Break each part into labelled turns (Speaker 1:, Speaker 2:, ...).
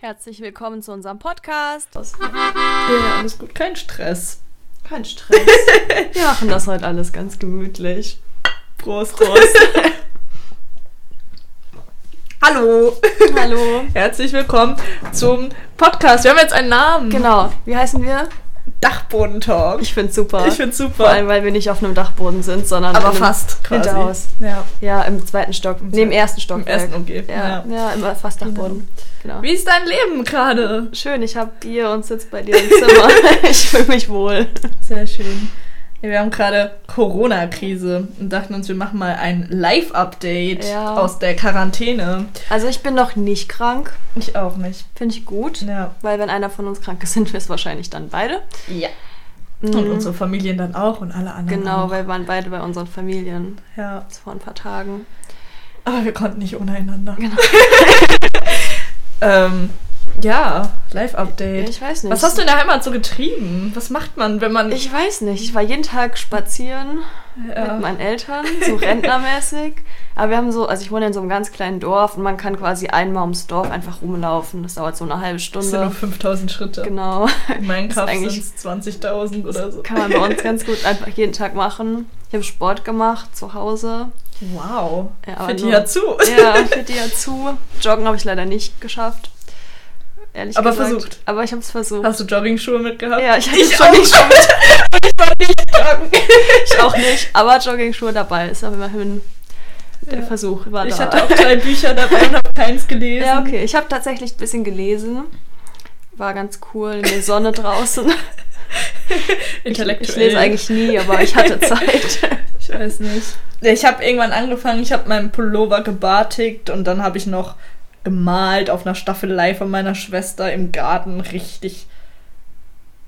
Speaker 1: Herzlich willkommen zu unserem Podcast.
Speaker 2: Ja, alles gut, kein Stress.
Speaker 1: Kein Stress.
Speaker 2: Wir machen das heute alles ganz gemütlich. Prost, Prost. Hallo.
Speaker 1: Hallo.
Speaker 2: Herzlich willkommen zum Podcast. Wir haben jetzt einen Namen.
Speaker 1: Genau. Wie heißen wir?
Speaker 2: Dachbodentalk.
Speaker 1: Ich find's super.
Speaker 2: Ich find's
Speaker 1: Vor
Speaker 2: super.
Speaker 1: allem, weil wir nicht auf einem Dachboden sind, sondern in einem
Speaker 2: quasi.
Speaker 1: Hinterhaus.
Speaker 2: Ja.
Speaker 1: Ja, im zweiten Stock. Nee, im ersten Stock.
Speaker 2: Im ersten umgeht.
Speaker 1: Ja, ja. immer fast Dachboden. Genau.
Speaker 2: Wie ist dein Leben gerade?
Speaker 1: Schön, ich hab Bier und sitz bei dir im Zimmer. ich fühle mich wohl.
Speaker 2: Sehr schön. Ja, wir haben gerade Corona-Krise und dachten uns, wir machen mal ein Live-Update
Speaker 1: Ja.
Speaker 2: aus der Quarantäne.
Speaker 1: Also ich bin noch nicht krank.
Speaker 2: Ich auch nicht.
Speaker 1: Finde ich gut.
Speaker 2: Ja.
Speaker 1: Weil wenn einer von uns krank ist, sind wir es wahrscheinlich dann beide.
Speaker 2: Ja. Und
Speaker 1: Mhm.
Speaker 2: unsere Familien dann auch und alle anderen.
Speaker 1: Genau,
Speaker 2: Auch.
Speaker 1: weil wir waren beide bei unseren Familien.
Speaker 2: Ja.
Speaker 1: Jetzt vor ein paar Tagen.
Speaker 2: Aber wir konnten nicht ohne einander.
Speaker 1: Genau.
Speaker 2: ähm, ja,
Speaker 1: Ja,
Speaker 2: Live-Update.
Speaker 1: ich weiß nicht.
Speaker 2: Was hast du in der Heimat so getrieben? Was macht man, wenn man.
Speaker 1: Ich weiß nicht. Ich war jeden Tag spazieren
Speaker 2: Ja.
Speaker 1: mit meinen Eltern, so rentnermäßig. Aber wir haben so, also ich wohne in so einem ganz kleinen Dorf und man kann quasi einmal ums Dorf einfach rumlaufen. Das dauert so eine halbe
Speaker 2: das sind nur
Speaker 1: Stunde.
Speaker 2: 5000 Schritte.
Speaker 1: Genau.
Speaker 2: In meinem
Speaker 1: Das ist
Speaker 2: Kopf sind
Speaker 1: eigentlich-
Speaker 2: es 20.000 oder so.
Speaker 1: Kann man bei uns ganz gut einfach jeden Tag machen. Ich habe Sport gemacht zu Hause.
Speaker 2: Wow.
Speaker 1: Ja, aber
Speaker 2: Fit
Speaker 1: nur-
Speaker 2: ja zu.
Speaker 1: Ja, fällt dir ja zu. Joggen habe ich leider nicht geschafft. Ehrlich
Speaker 2: Aber
Speaker 1: gesagt.
Speaker 2: versucht.
Speaker 1: Aber ich habe es versucht.
Speaker 2: Hast du Joggingschuhe mitgehabt?
Speaker 1: ja, ich hatte schon nicht schon ich auch nicht. Aber Joggingschuhe dabei ist aber immerhin der
Speaker 2: Ja.
Speaker 1: Versuch war
Speaker 2: Ich
Speaker 1: da.
Speaker 2: hatte auch drei Bücher dabei und habe keins gelesen.
Speaker 1: ja, okay. Ich habe tatsächlich ein bisschen gelesen. War ganz cool in der Sonne draußen.
Speaker 2: Intellektuell.
Speaker 1: Ich lese eigentlich nie, aber ich hatte Zeit.
Speaker 2: Ich weiß nicht. Ich habe irgendwann angefangen, ich habe meinen Pullover gebartigt und dann habe ich noch gemalt auf einer Staffelei von meiner Schwester im Garten. Richtig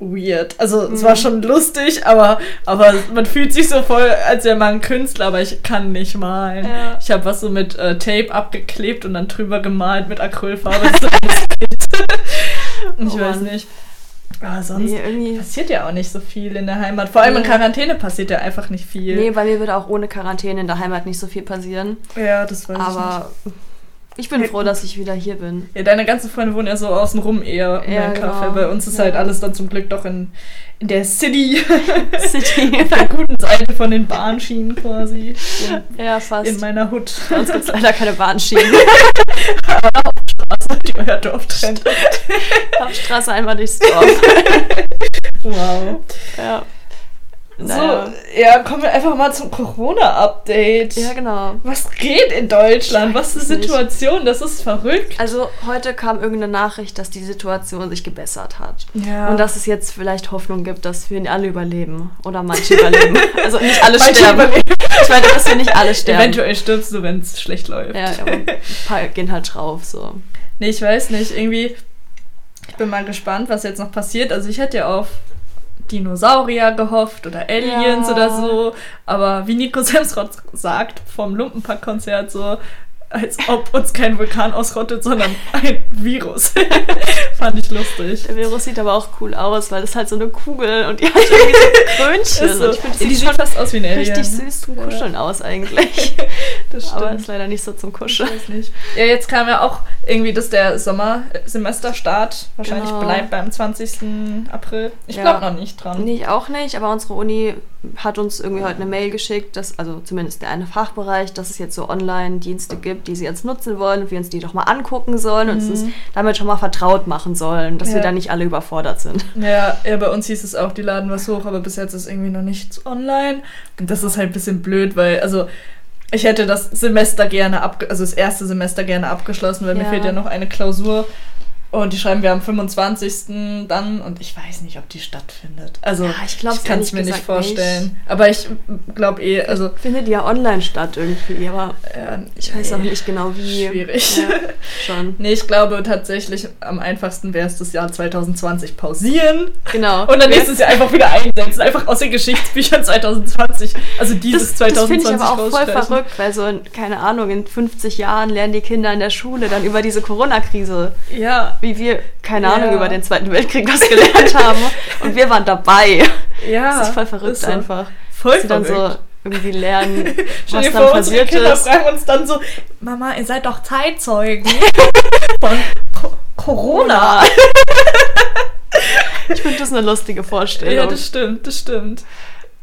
Speaker 2: weird. Also es
Speaker 1: Mhm.
Speaker 2: war schon lustig, aber, aber man fühlt sich so voll, als wäre man ein Künstler, aber ich kann nicht malen.
Speaker 1: Ja.
Speaker 2: Ich habe was so mit äh, Tape abgeklebt und dann drüber gemalt mit Acrylfarbe. Das ist alles ich
Speaker 1: Oh
Speaker 2: weiß
Speaker 1: Mann.
Speaker 2: nicht. Aber sonst
Speaker 1: Nee, irgendwie.
Speaker 2: passiert ja auch nicht so viel in der Heimat. Vor allem in
Speaker 1: Nee.
Speaker 2: Quarantäne passiert ja einfach nicht viel.
Speaker 1: Nee, bei mir würde auch ohne Quarantäne in der Heimat nicht so viel passieren.
Speaker 2: Ja, das weiß ich nicht.
Speaker 1: Aber ich bin froh, dass ich wieder hier bin.
Speaker 2: Ja, deine ganzen Freunde wohnen ja so außenrum eher in
Speaker 1: Ja,
Speaker 2: deinem
Speaker 1: genau.
Speaker 2: Kaffee. Bei uns ist
Speaker 1: Ja.
Speaker 2: halt alles dann zum Glück doch in, in der City,
Speaker 1: City.
Speaker 2: auf der guten Seite von den Bahnschienen quasi.
Speaker 1: ja, fast.
Speaker 2: In meiner Hut.
Speaker 1: Bei uns gibt es leider keine Bahnschienen.
Speaker 2: Die euer Dorf trennt.
Speaker 1: Hauptstraße einmal durchs Dorf.
Speaker 2: Wow.
Speaker 1: Ja. Naja.
Speaker 2: So, ja, kommen wir einfach mal zum Corona-Update.
Speaker 1: Ja, genau.
Speaker 2: Was geht in Deutschland? Was ist die
Speaker 1: Nicht.
Speaker 2: Situation? Das ist verrückt.
Speaker 1: Also heute kam irgendeine Nachricht, dass die Situation sich gebessert hat.
Speaker 2: Ja.
Speaker 1: Und dass es jetzt vielleicht Hoffnung gibt, dass wir alle überleben. Oder manche überleben. Also nicht alle
Speaker 2: Manche
Speaker 1: sterben.
Speaker 2: überleben.
Speaker 1: Ich meine, dass wir nicht alle sterben.
Speaker 2: Eventuell stirbst du, wenn es schlecht läuft.
Speaker 1: Ja, aber ein paar gehen halt drauf. So.
Speaker 2: Nee, ich weiß nicht. Irgendwie, ich bin mal gespannt, was jetzt noch passiert. Also ich hätte ja auf Dinosaurier gehofft oder Aliens
Speaker 1: Ja.
Speaker 2: oder so. Aber wie Nico Semsrott sagt vom Lumpenpack-Konzert so, als ob uns kein Vulkan ausrottet, sondern ein Virus. Fand ich lustig.
Speaker 1: Der Virus sieht aber auch cool aus, weil das ist halt so eine Kugel und die hat irgendwie so Krönchen.
Speaker 2: Ist so.
Speaker 1: Und ich finde,
Speaker 2: die
Speaker 1: die sieht
Speaker 2: sieht
Speaker 1: schon
Speaker 2: fast aus wie ein Alien.
Speaker 1: richtig süß zum
Speaker 2: Ja.
Speaker 1: Kuscheln aus eigentlich.
Speaker 2: Das stimmt.
Speaker 1: Aber ist leider nicht so zum
Speaker 2: Ich
Speaker 1: Kuscheln.
Speaker 2: weiß nicht. Ja, jetzt kam ja auch irgendwie, dass der Sommersemesterstart wahrscheinlich
Speaker 1: Genau.
Speaker 2: bleibt beim 20. April. Ich
Speaker 1: Ja.
Speaker 2: glaube noch nicht dran.
Speaker 1: Nee, ich auch nicht, aber unsere Uni hat uns irgendwie heute eine Mail geschickt, dass, also zumindest der eine Fachbereich, dass es jetzt so Online-Dienste gibt, die sie jetzt nutzen wollen und wir uns die doch mal angucken sollen und uns damit schon mal vertraut machen sollen, dass wir
Speaker 2: Mhm. Ja.
Speaker 1: da nicht alle überfordert sind.
Speaker 2: Ja, ja, bei uns hieß es auch, die laden was hoch, aber bis jetzt ist irgendwie noch nichts online. Und das ist halt ein bisschen blöd, weil, also, ich hätte das Semester gerne abge also das erste Semester gerne abgeschlossen, weil mir
Speaker 1: Ja.
Speaker 2: fehlt ja noch eine Klausur. Und die schreiben wir am 25. dann und ich weiß nicht, ob die stattfindet. Also
Speaker 1: Ja, ich
Speaker 2: ich,
Speaker 1: glaub's
Speaker 2: kann
Speaker 1: ehrlich
Speaker 2: es mir
Speaker 1: gesagt
Speaker 2: nicht vorstellen. Aber ich glaube eh, also
Speaker 1: Findet ja online statt irgendwie, aber
Speaker 2: äh,
Speaker 1: ich weiß auch nicht genau wie.
Speaker 2: Schwierig.
Speaker 1: Ja, schon.
Speaker 2: Nee, ich glaube tatsächlich, am einfachsten wäre es das Jahr 2020 pausieren
Speaker 1: Genau.
Speaker 2: Und dann
Speaker 1: Ja.
Speaker 2: nächstes Jahr einfach wieder einsetzen. Einfach aus den Geschichtsbüchern 2020. Also dieses
Speaker 1: Das, das finde
Speaker 2: 2020
Speaker 1: ich aber auch voll
Speaker 2: rausstreichen.
Speaker 1: verrückt, weil so, in, keine Ahnung, in 50 Jahren lernen die Kinder in der Schule dann über diese Corona-Krise
Speaker 2: Ja,
Speaker 1: wie wir, keine
Speaker 2: Ja.
Speaker 1: Ahnung, über den Zweiten Weltkrieg was gelernt haben. Und wir waren dabei.
Speaker 2: ja.
Speaker 1: das ist voll verrückt
Speaker 2: ist so.
Speaker 1: einfach.
Speaker 2: Voll
Speaker 1: Dass sie dann
Speaker 2: verrückt.
Speaker 1: so irgendwie lernen,
Speaker 2: Stell
Speaker 1: was
Speaker 2: dir
Speaker 1: dann
Speaker 2: vor, unsere
Speaker 1: passiert
Speaker 2: Kinder
Speaker 1: ist.
Speaker 2: fragen uns dann so, Mama, ihr seid doch Zeitzeugen von Co- Corona.
Speaker 1: Ich finde das eine lustige Vorstellung.
Speaker 2: Ja, das stimmt, das stimmt.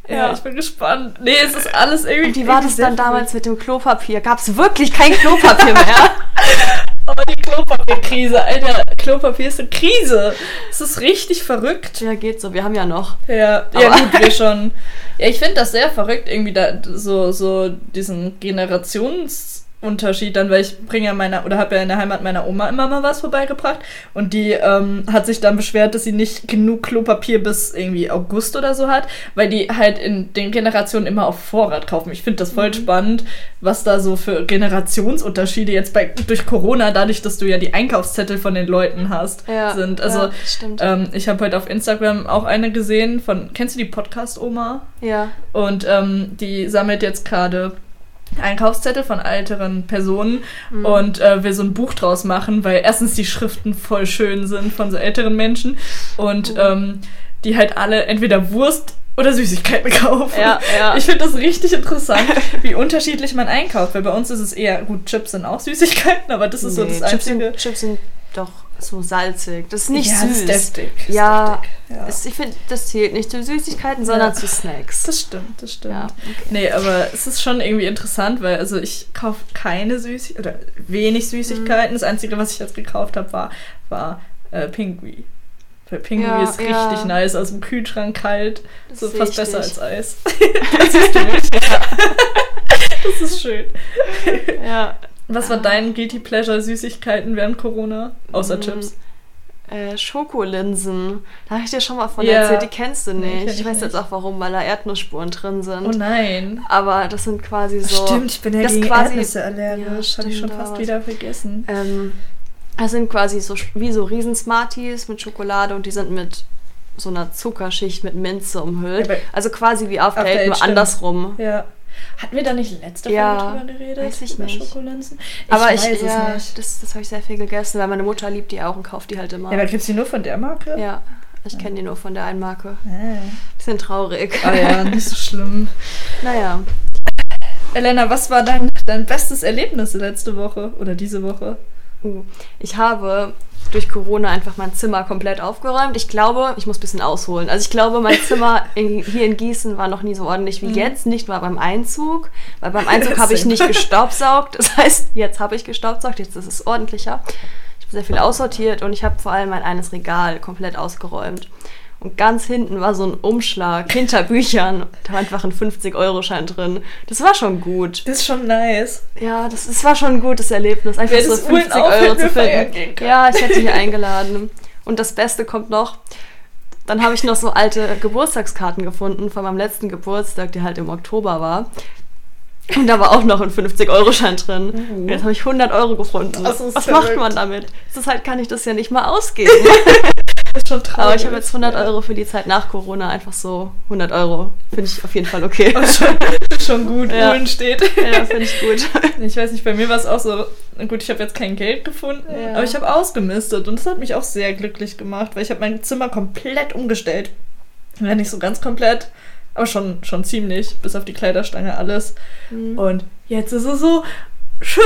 Speaker 2: Ja,
Speaker 1: Ja.
Speaker 2: ich bin gespannt. Nee, es ist alles irgendwie.
Speaker 1: Und wie war
Speaker 2: irgendwie
Speaker 1: das
Speaker 2: sehr
Speaker 1: dann
Speaker 2: verrückt.
Speaker 1: damals mit dem Klopapier? Gab es wirklich kein Klopapier mehr?
Speaker 2: Aber die Klopapierkrise, Alter, Klopapier ist eine Krise. Es ist richtig verrückt.
Speaker 1: ja, geht so, wir haben ja noch.
Speaker 2: Ja, ja
Speaker 1: Aber-
Speaker 2: gut, wir schon. Ja, ich finde das sehr verrückt, irgendwie da so, so diesen Generationsunterschied dann, weil ich bringe ja meiner oder habe ja in der Heimat meiner Oma immer mal was vorbeigebracht und die ähm, hat sich dann beschwert, dass sie nicht genug Klopapier bis irgendwie August oder so hat, weil die halt in den Generationen immer auf Vorrat kaufen. Ich finde das voll spannend, was da so für Generationsunterschiede jetzt bei durch Corona, dadurch, dass du ja die Einkaufszettel von den Leuten hast,
Speaker 1: Ja,
Speaker 2: sind. Also
Speaker 1: ja, stimmt.
Speaker 2: ähm, ich habe heute auf Instagram auch eine gesehen von, kennst du die Podcast-Oma?
Speaker 1: ja.
Speaker 2: Und ähm, die sammelt jetzt gerade Einkaufszettel von älteren Personen
Speaker 1: Mhm.
Speaker 2: und äh, will so ein Buch draus machen, weil erstens die Schriften voll schön sind von so älteren Menschen und
Speaker 1: Oh.
Speaker 2: ähm, die halt alle entweder Wurst oder Süßigkeiten kaufen.
Speaker 1: Ja, ja.
Speaker 2: Ich finde das richtig interessant, wie unterschiedlich man einkauft, weil bei uns ist es eher, gut, Chips sind auch Süßigkeiten, aber das ist so das
Speaker 1: Nee, Chips,
Speaker 2: einzige.
Speaker 1: sind, Chips sind doch so salzig. Das ist nicht
Speaker 2: ja,
Speaker 1: süß.
Speaker 2: Ist deftig, ist
Speaker 1: Ja,
Speaker 2: deftig, ja.
Speaker 1: Es, ich finde, das zählt nicht zu Süßigkeiten, sondern
Speaker 2: Ja.
Speaker 1: zu Snacks.
Speaker 2: Das stimmt, das stimmt.
Speaker 1: Ja, okay.
Speaker 2: Nee, aber es ist schon irgendwie interessant, weil also ich kaufe keine Süßigkeiten oder wenig Süßigkeiten.
Speaker 1: Mhm.
Speaker 2: Das Einzige, was ich jetzt gekauft habe, war, war äh, Pinguin. Weil Pinguin
Speaker 1: Ja,
Speaker 2: ist richtig
Speaker 1: ja.
Speaker 2: nice, aus dem Kühlschrank kalt.
Speaker 1: Das
Speaker 2: so
Speaker 1: sehe
Speaker 2: fast
Speaker 1: ich
Speaker 2: besser
Speaker 1: dich.
Speaker 2: als Eis. das siehst du mich. das ist schön.
Speaker 1: Ja,
Speaker 2: Was war dein Guilty Pleasure Süßigkeiten während Corona? Außer
Speaker 1: Ah. Mm,
Speaker 2: Chips.
Speaker 1: äh, Schokolinsen. Da habe ich dir schon mal von
Speaker 2: Ja.
Speaker 1: erzählt, die kennst du
Speaker 2: Nee,
Speaker 1: nicht.
Speaker 2: kenn
Speaker 1: ich
Speaker 2: ich
Speaker 1: weiß jetzt
Speaker 2: nicht.
Speaker 1: auch warum, weil da Erdnussspuren drin sind.
Speaker 2: Oh nein.
Speaker 1: Aber das sind quasi so.
Speaker 2: stimmt, ich bin ja
Speaker 1: das
Speaker 2: gegen
Speaker 1: quasi-
Speaker 2: Erdnüsse
Speaker 1: Ja,
Speaker 2: allergisch. Habe
Speaker 1: stimmt,
Speaker 2: ich schon
Speaker 1: da
Speaker 2: fast
Speaker 1: war's.
Speaker 2: wieder vergessen.
Speaker 1: Ähm, das sind quasi so sch- wie so Riesensmarties mit Schokolade und die sind mit so einer Zuckerschicht mit Minze umhüllt.
Speaker 2: Aber-
Speaker 1: Also quasi wie After
Speaker 2: After
Speaker 1: Eight,
Speaker 2: Eight,
Speaker 1: nur
Speaker 2: stimmt.
Speaker 1: andersrum.
Speaker 2: Ja. Hatten wir da nicht letzte
Speaker 1: Ja,
Speaker 2: Folge drüber geredet?
Speaker 1: weiß ich
Speaker 2: über
Speaker 1: nicht.
Speaker 2: Schokolinsen? Ich
Speaker 1: Aber
Speaker 2: weiß
Speaker 1: ich,
Speaker 2: es
Speaker 1: ja,
Speaker 2: nicht.
Speaker 1: das, das habe ich sehr viel gegessen, weil meine Mutter liebt die auch und kauft die halt immer.
Speaker 2: Ja, aber kriegst du die nur von der Marke?
Speaker 1: Ja, ich kenne die nur von der einen Marke.
Speaker 2: Ah.
Speaker 1: Bisschen traurig.
Speaker 2: Ah ja, nicht so schlimm.
Speaker 1: Naja,
Speaker 2: Elena, was war dein, dein bestes Erlebnis letzte Woche oder diese Woche?
Speaker 1: uh, ich habe durch Corona einfach mein Zimmer komplett aufgeräumt. Ich glaube, ich muss ein bisschen ausholen. Also ich glaube, mein Zimmer in, hier in Gießen war noch nie so ordentlich wie jetzt, nicht mal beim Einzug, weil beim Einzug habe ich
Speaker 2: Same.
Speaker 1: nicht gestaubsaugt. Das heißt, jetzt habe ich gestaubsaugt, jetzt ist es ordentlicher. Ich habe sehr viel aussortiert und ich habe vor allem mein eines Regal komplett ausgeräumt. Und ganz hinten war so ein Umschlag hinter Büchern. Da war einfach ein 50-Euro-Schein drin. Das war schon gut.
Speaker 2: Das ist schon nice.
Speaker 1: Ja, das, es war schon ein gutes Erlebnis, einfach
Speaker 2: Wäre
Speaker 1: so
Speaker 2: das Uhlen
Speaker 1: 50
Speaker 2: auch,
Speaker 1: Euro
Speaker 2: hätten
Speaker 1: zu
Speaker 2: wir feiern
Speaker 1: finden.
Speaker 2: gehen können.
Speaker 1: Ja, ich hätte hier eingeladen. Und das Beste kommt noch. Dann habe ich noch so alte Geburtstagskarten gefunden von meinem letzten Geburtstag, der halt im Oktober war. Und da war auch noch ein 50-Euro-Schein drin. Und Jetzt habe ich 100 Euro gefunden.
Speaker 2: Das Mhm. ist
Speaker 1: Was
Speaker 2: verrückt.
Speaker 1: macht man damit? Zurzeit kann ich das ja nicht mal ausgeben.
Speaker 2: Das ist schon traurig.
Speaker 1: Aber ich habe jetzt 100
Speaker 2: Ja.
Speaker 1: Euro für die Zeit nach Corona. Einfach so 100 Euro. Finde ich auf jeden Fall okay.
Speaker 2: Das ist schon, schon gut,
Speaker 1: Ja.
Speaker 2: Uhlen steht.
Speaker 1: Ja, finde ich gut.
Speaker 2: Ich weiß nicht, bei mir war es auch so, gut, ich habe jetzt kein Geld gefunden,
Speaker 1: Ja.
Speaker 2: aber ich habe ausgemistet und das hat mich auch sehr glücklich gemacht, weil ich habe mein Zimmer komplett umgestellt. Ja, nicht so ganz komplett, aber schon, schon ziemlich, bis auf die Kleiderstange alles. Und jetzt ist es so schön.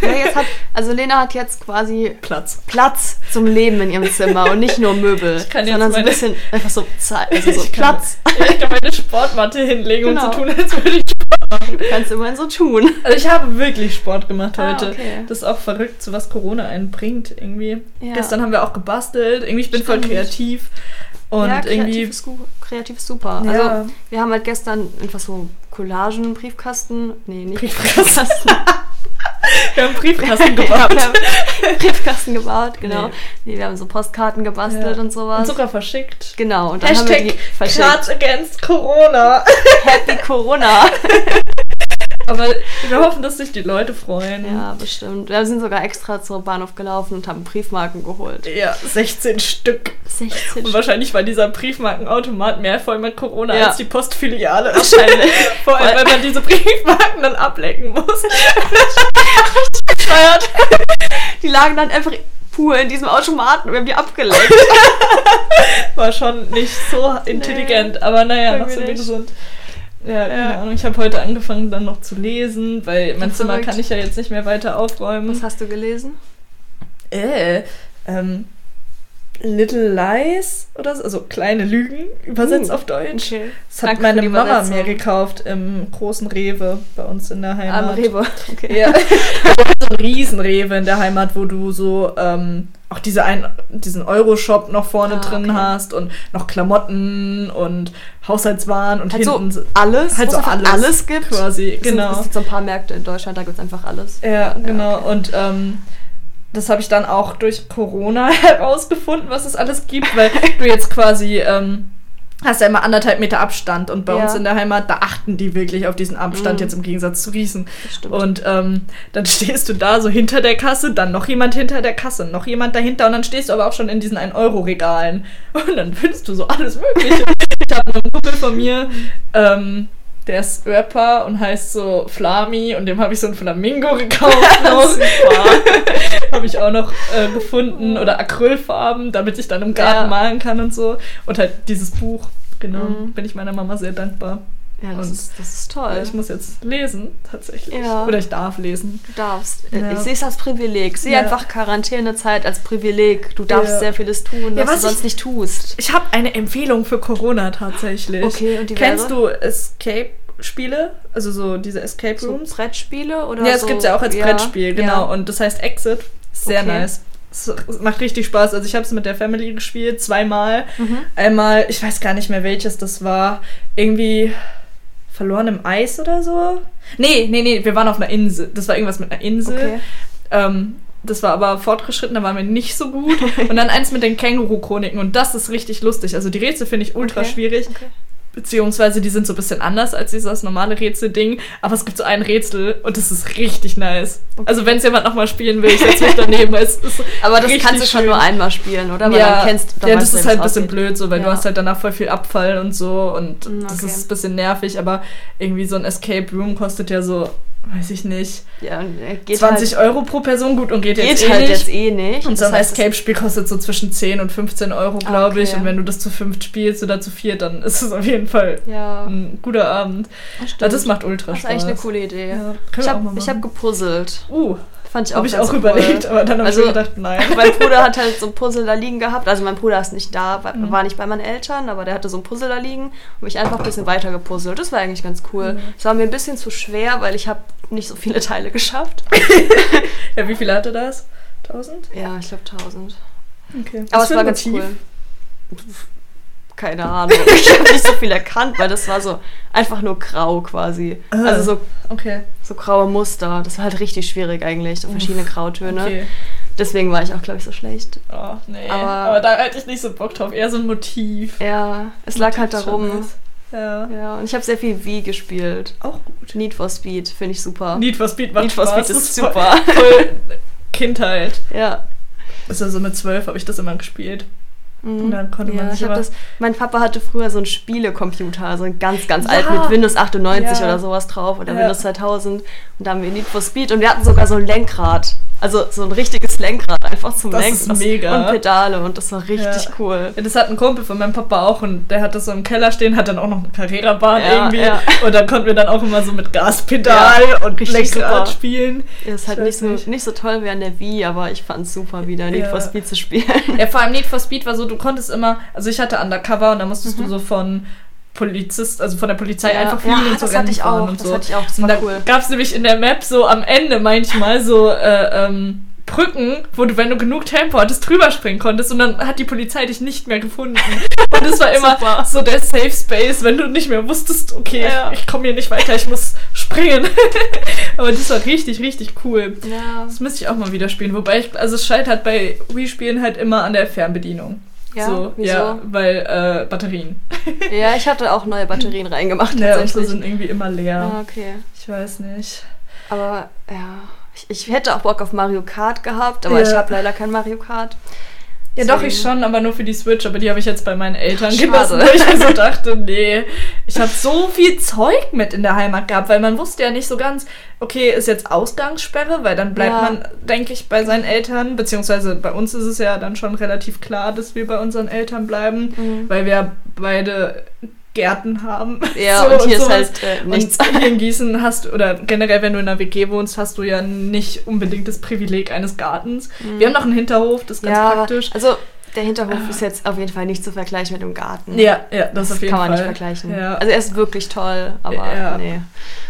Speaker 1: Ja, jetzt hat, also Lena hat jetzt quasi
Speaker 2: Platz.
Speaker 1: Platz zum Leben in ihrem Zimmer und nicht nur Möbel,
Speaker 2: Ich kann jetzt
Speaker 1: sondern so ein
Speaker 2: meine-
Speaker 1: bisschen einfach so Zeit, also so
Speaker 2: Ich kann-
Speaker 1: Platz.
Speaker 2: Ich kann meine Sportmatte hinlegen und
Speaker 1: Genau.
Speaker 2: so tun, als würde ich.
Speaker 1: Kannst du immerhin so tun.
Speaker 2: Also ich habe wirklich Sport gemacht
Speaker 1: Ah,
Speaker 2: heute.
Speaker 1: okay.
Speaker 2: Das ist auch verrückt, so was Corona einbringt irgendwie.
Speaker 1: Ja.
Speaker 2: Gestern haben wir auch gebastelt. Irgendwie, ich bin voll
Speaker 1: Stimmt.
Speaker 2: kreativ. Und
Speaker 1: ja, kreativ,
Speaker 2: irgendwie
Speaker 1: ist, gu- kreativ ist super.
Speaker 2: Ja.
Speaker 1: Also wir haben halt gestern einfach so Collagen, Briefkasten, nee, nicht
Speaker 2: Briefkasten.
Speaker 1: Briefkasten.
Speaker 2: Wir haben einen Briefkasten
Speaker 1: Ja,
Speaker 2: gebaut.
Speaker 1: wir haben Briefkasten gebaut, genau.
Speaker 2: Nee.
Speaker 1: Nee. wir haben so Postkarten gebastelt und
Speaker 2: Und
Speaker 1: sowas.
Speaker 2: sogar verschickt.
Speaker 1: genau, und dann haben wir
Speaker 2: Hashtag
Speaker 1: die verschickt.
Speaker 2: Cards Against Corona.
Speaker 1: Happy Corona.
Speaker 2: Aber wir hoffen, dass sich die Leute freuen.
Speaker 1: ja, bestimmt. Wir sind sogar extra zum Bahnhof gelaufen und haben Briefmarken geholt.
Speaker 2: Ja, 16 Stück.
Speaker 1: 16
Speaker 2: Und wahrscheinlich war dieser Briefmarkenautomat mehr voll mit Corona
Speaker 1: Ja.
Speaker 2: als die Postfiliale.
Speaker 1: Wahrscheinlich.
Speaker 2: Vor allem,
Speaker 1: Weil-
Speaker 2: wenn man diese Briefmarken dann ablecken muss.
Speaker 1: gesteuert. Die lagen dann einfach pur in diesem Automaten und wir haben die abgelenkt.
Speaker 2: War schon nicht so intelligent, aber naja, noch
Speaker 1: irgendwie
Speaker 2: sind wir
Speaker 1: nicht.
Speaker 2: gesund. Ja, keine
Speaker 1: Ja.
Speaker 2: Ahnung. Ich habe heute angefangen, dann noch zu lesen, weil mein Zimmer
Speaker 1: Verrückt.
Speaker 2: kann ich ja jetzt nicht mehr weiter aufräumen.
Speaker 1: hast du gelesen?
Speaker 2: Äh, ähm, Little Lies oder so, also kleine Lügen, übersetzt
Speaker 1: Uh,
Speaker 2: auf Deutsch.
Speaker 1: Okay.
Speaker 2: Das hat
Speaker 1: Danke für
Speaker 2: meine
Speaker 1: die
Speaker 2: Mama
Speaker 1: Übersetzung.
Speaker 2: mir gekauft im großen Rewe bei uns in der Heimat.
Speaker 1: Am Rewe. Okay.
Speaker 2: Ja. so ein Riesenrewe in der Heimat, wo du so ähm, auch diese ein, diesen Euro-Shop noch vorne
Speaker 1: Ah,
Speaker 2: drin
Speaker 1: okay.
Speaker 2: hast und noch Klamotten und Haushaltswaren und
Speaker 1: Halt so
Speaker 2: hinten so
Speaker 1: Alles,
Speaker 2: halt
Speaker 1: wo
Speaker 2: so
Speaker 1: es einfach
Speaker 2: alles
Speaker 1: alles gibt.
Speaker 2: quasi.
Speaker 1: Es
Speaker 2: Genau.
Speaker 1: gibt so ein paar Märkte in Deutschland, da gibt es einfach alles.
Speaker 2: Ja, genau.
Speaker 1: okay.
Speaker 2: Und ähm, das habe ich dann auch durch Corona herausgefunden, was es alles gibt, weil du jetzt quasi ähm, hast ja immer anderthalb Meter Abstand und bei
Speaker 1: Ja.
Speaker 2: uns in der Heimat, da achten die wirklich auf diesen Abstand
Speaker 1: Mhm.
Speaker 2: jetzt im Gegensatz zu Riesen.
Speaker 1: Das stimmt.
Speaker 2: Und ähm, dann stehst du da so hinter der Kasse, dann noch jemand hinter der Kasse, noch jemand dahinter und dann stehst du aber auch schon in diesen 1-Euro-Regalen. Und dann findest du so alles Mögliche. ich habe einen Kumpel von mir, ähm, der ist Rapper und heißt so Flami und dem habe ich so ein Flamingo gekauft. noch. habe ich auch noch äh, gefunden. Oder Acrylfarben, damit ich dann im Garten
Speaker 1: Oh. Ja.
Speaker 2: malen kann und so. Und halt dieses Buch, genau,
Speaker 1: Mhm.
Speaker 2: bin ich meiner Mama sehr dankbar.
Speaker 1: ja, das
Speaker 2: und-
Speaker 1: ist, das ist toll.
Speaker 2: Ich muss jetzt lesen, tatsächlich.
Speaker 1: Ja.
Speaker 2: Oder ich darf lesen.
Speaker 1: Du darfst. Äh,
Speaker 2: Ja.
Speaker 1: Ich sehe es als Privileg. Ich sehe
Speaker 2: Ja.
Speaker 1: einfach Quarantänezeit als Privileg. Du darfst
Speaker 2: Ja.
Speaker 1: sehr vieles tun,
Speaker 2: Ja,
Speaker 1: was,
Speaker 2: was
Speaker 1: du
Speaker 2: ich-
Speaker 1: sonst nicht tust.
Speaker 2: Ich habe eine Empfehlung für Corona tatsächlich.
Speaker 1: Okay, und die
Speaker 2: Kennst
Speaker 1: wäre?
Speaker 2: du Escape-Spiele? Also so diese Escape
Speaker 1: So
Speaker 2: Rooms?
Speaker 1: Brettspiele oder
Speaker 2: ja, es
Speaker 1: so?
Speaker 2: gibt ja auch als Brettspiel, genau. Und das heißt Exit. Ist Sehr
Speaker 1: Okay.
Speaker 2: nice. Es es macht richtig Spaß. Also ich habe es mit der Family gespielt, zweimal.
Speaker 1: Mhm.
Speaker 2: Einmal, ich weiß gar nicht mehr welches das war, irgendwie verloren im Eis oder so. Nee, nee, nee, wir waren auf einer Insel. Das war irgendwas mit einer Insel.
Speaker 1: Okay.
Speaker 2: Ähm, das war aber fortgeschritten, da waren wir nicht so gut. Und dann eins mit den Känguru-Chroniken und das ist richtig lustig. Also die Rätsel finde ich ultra
Speaker 1: Okay.
Speaker 2: schwierig,
Speaker 1: Okay.
Speaker 2: beziehungsweise die sind so ein bisschen anders als dieses normale Rätselding. Aber es gibt so ein Rätsel und das ist richtig nice. Also wenn es jemand nochmal spielen will, ich setze mich daneben. weil Es ist
Speaker 1: Aber das
Speaker 2: richtig
Speaker 1: kannst du schon
Speaker 2: schön.
Speaker 1: nur einmal spielen, oder? Weil
Speaker 2: Ja,
Speaker 1: dann kennst, dann
Speaker 2: ja
Speaker 1: weißt
Speaker 2: das
Speaker 1: du
Speaker 2: ist
Speaker 1: wie
Speaker 2: halt ein
Speaker 1: das
Speaker 2: bisschen
Speaker 1: ausgeht.
Speaker 2: blöd, so, weil du
Speaker 1: Ja.
Speaker 2: hast halt danach voll viel Abfall und so und
Speaker 1: Mm,
Speaker 2: das
Speaker 1: okay.
Speaker 2: ist ein bisschen nervig, aber irgendwie so ein Escape Room kostet ja so, weiß ich nicht,
Speaker 1: Ja, und, äh, geht
Speaker 2: 20
Speaker 1: halt,
Speaker 2: Euro pro Person, gut und geht,
Speaker 1: Geht
Speaker 2: jetzt eh
Speaker 1: halt
Speaker 2: nicht.
Speaker 1: jetzt eh nicht.
Speaker 2: Und so ein
Speaker 1: Das heißt, es-
Speaker 2: Escape-Spiel kostet so zwischen 10 und 15 Euro, glaube ich.
Speaker 1: Okay.
Speaker 2: Und wenn du das zu fünft spielst oder zu viert, dann ist es auf jeden Fall
Speaker 1: Ja,
Speaker 2: ein guter Abend.
Speaker 1: stimmt.
Speaker 2: Hm. Das macht ultra
Speaker 1: Das ist
Speaker 2: Spaß.
Speaker 1: eigentlich eine coole Idee.
Speaker 2: Ja, können
Speaker 1: Ich
Speaker 2: wir auch mal
Speaker 1: habe
Speaker 2: machen.
Speaker 1: hab gepuzzelt.
Speaker 2: uh,
Speaker 1: Fand ich auch
Speaker 2: habe ich
Speaker 1: ganz
Speaker 2: auch
Speaker 1: cool.
Speaker 2: überlegt, aber dann habe
Speaker 1: Also-
Speaker 2: ich mir gedacht, nein.
Speaker 1: mein Bruder hat halt so ein Puzzle da liegen gehabt. Also mein Bruder ist nicht da,
Speaker 2: Mhm.
Speaker 1: war, war nicht bei meinen Eltern, aber der hatte so ein Puzzle da liegen und mich einfach ein bisschen weiter gepuzzelt. Das war eigentlich ganz cool.
Speaker 2: Mhm.
Speaker 1: Es war mir ein bisschen zu schwer, weil ich habe nicht so viele Teile geschafft.
Speaker 2: Ja, wie viel hatte das? 1000?
Speaker 1: Ja, ich glaube 1000.
Speaker 2: Okay.
Speaker 1: Aber
Speaker 2: Was für
Speaker 1: es war
Speaker 2: ein
Speaker 1: ganz
Speaker 2: Motiv?
Speaker 1: cool. Keine Ahnung. Ich habe nicht so viel erkannt, weil das war so einfach nur grau quasi.
Speaker 2: Ah.
Speaker 1: Also so,
Speaker 2: Okay.
Speaker 1: so graue Muster. Das war halt richtig schwierig eigentlich. So verschiedene Grautöne.
Speaker 2: okay.
Speaker 1: Deswegen war ich auch, glaube ich, so schlecht.
Speaker 2: Oh, nee. Aber,
Speaker 1: Aber-
Speaker 2: da hätte ich nicht so Bock drauf. Eher so ein Motiv.
Speaker 1: Ja, es lag halt darum.
Speaker 2: Ja.
Speaker 1: Ja, und ich habe sehr viel Wii gespielt.
Speaker 2: Auch gut.
Speaker 1: Need for Speed finde ich super.
Speaker 2: Need for Speed macht
Speaker 1: Need for
Speaker 2: Spaß.
Speaker 1: Speed ist
Speaker 2: das voll-
Speaker 1: super.
Speaker 2: Voll Kindheit.
Speaker 1: Ja.
Speaker 2: Also so mit zwölf habe ich das immer gespielt.
Speaker 1: Mhm.
Speaker 2: Und dann konnte man
Speaker 1: ja,
Speaker 2: sich
Speaker 1: ich hab
Speaker 2: aber-
Speaker 1: das, mein Papa hatte früher so einen Spielecomputer, so einen ganz, ganz
Speaker 2: Ja.
Speaker 1: alt mit Windows 98
Speaker 2: Ja.
Speaker 1: oder sowas drauf oder
Speaker 2: Ja.
Speaker 1: Windows 2000. Und da haben wir Need for Speed und wir hatten sogar so ein Lenkrad. Also so ein richtiges Lenkrad einfach zum
Speaker 2: Das
Speaker 1: Lenken.
Speaker 2: ist mega.
Speaker 1: Und Pedale und das war richtig
Speaker 2: Ja.
Speaker 1: cool.
Speaker 2: Ja, Das hat ein Kumpel von meinem Papa auch und der hat das so im Keller stehen, hat dann auch noch eine Carrera-Bahn
Speaker 1: Ja,
Speaker 2: irgendwie
Speaker 1: ja.
Speaker 2: und dann konnten wir dann auch immer so mit Gaspedal
Speaker 1: Ja,
Speaker 2: und
Speaker 1: richtig super.
Speaker 2: Lenkrad spielen.
Speaker 1: Ist halt
Speaker 2: Ich
Speaker 1: nicht
Speaker 2: weiß
Speaker 1: so,
Speaker 2: nicht.
Speaker 1: nicht so toll wie an der Wii, aber ich fand es super, wieder Need
Speaker 2: Ja.
Speaker 1: for Speed zu spielen.
Speaker 2: Ja, vor allem Need for Speed war so, du konntest immer, also ich hatte Undercover und dann musstest du so von Polizist, also von der Polizei
Speaker 1: Mhm. Ja.
Speaker 2: einfach fliehen
Speaker 1: Ja,
Speaker 2: und so
Speaker 1: das hatte ich
Speaker 2: fahren
Speaker 1: auch,
Speaker 2: und
Speaker 1: das
Speaker 2: so.
Speaker 1: hatte ich auch, das
Speaker 2: und
Speaker 1: war
Speaker 2: da
Speaker 1: cool.
Speaker 2: gab's nämlich in der Map so am Ende manchmal so äh, ähm, Brücken, wo du, wenn du genug Tempo hattest, drüber springen konntest und dann hat die Polizei dich nicht mehr gefunden. Und es war immer
Speaker 1: Super.
Speaker 2: so der Safe Space, wenn du nicht mehr wusstest, okay,
Speaker 1: Ja.
Speaker 2: ich komme hier nicht weiter, ich muss springen. Aber das war richtig, richtig cool.
Speaker 1: Ja.
Speaker 2: Das müsste ich auch mal wieder spielen. Wobei ich, also es scheitert bei Wii-Spielen halt immer an der Fernbedienung.
Speaker 1: Ja,
Speaker 2: so,
Speaker 1: wieso?
Speaker 2: ja weil äh, Batterien.
Speaker 1: ja, ich hatte auch neue Batterien reingemacht
Speaker 2: Ja, unsere
Speaker 1: tatsächlich.
Speaker 2: sind irgendwie immer
Speaker 1: ah,
Speaker 2: leer.
Speaker 1: okay.
Speaker 2: Ich weiß nicht.
Speaker 1: Aber ja, ich, ich hätte auch Bock auf Mario Kart gehabt, aber
Speaker 2: Ja.
Speaker 1: ich habe leider kein Mario Kart.
Speaker 2: Ja,
Speaker 1: Deswegen-
Speaker 2: doch, ich schon, aber nur für die Switch. Aber die habe ich jetzt bei meinen Eltern
Speaker 1: Schade.
Speaker 2: gelassen, weil ich mir so dachte, nee, ich habe so viel Zeug mit in der Heimat gehabt, weil man wusste ja nicht so ganz, okay, ist jetzt Ausgangssperre, weil dann bleibt
Speaker 1: Ja.
Speaker 2: man, denke ich, bei seinen Eltern, beziehungsweise bei uns ist es ja dann schon relativ klar, dass wir bei unseren Eltern bleiben,
Speaker 1: Mhm.
Speaker 2: weil wir beide Gärten haben.
Speaker 1: Ja,
Speaker 2: So,
Speaker 1: und hier ist
Speaker 2: sowas.
Speaker 1: halt äh, nichts.
Speaker 2: Und hier in Gießen hast du, oder generell, wenn du in einer WG wohnst, hast du ja nicht unbedingt das Privileg eines Gartens. Wir haben noch einen Hinterhof, das ist ganz
Speaker 1: Mhm. ja, aber-
Speaker 2: praktisch.
Speaker 1: also der Hinterhof ist jetzt auf jeden Fall nicht zu vergleichen mit dem Garten.
Speaker 2: Ah. Ja, ja, das,
Speaker 1: das
Speaker 2: auf jeden
Speaker 1: kann man
Speaker 2: Fall.
Speaker 1: nicht vergleichen.
Speaker 2: Ja.
Speaker 1: Also er ist wirklich toll, aber
Speaker 2: Ja.
Speaker 1: nee.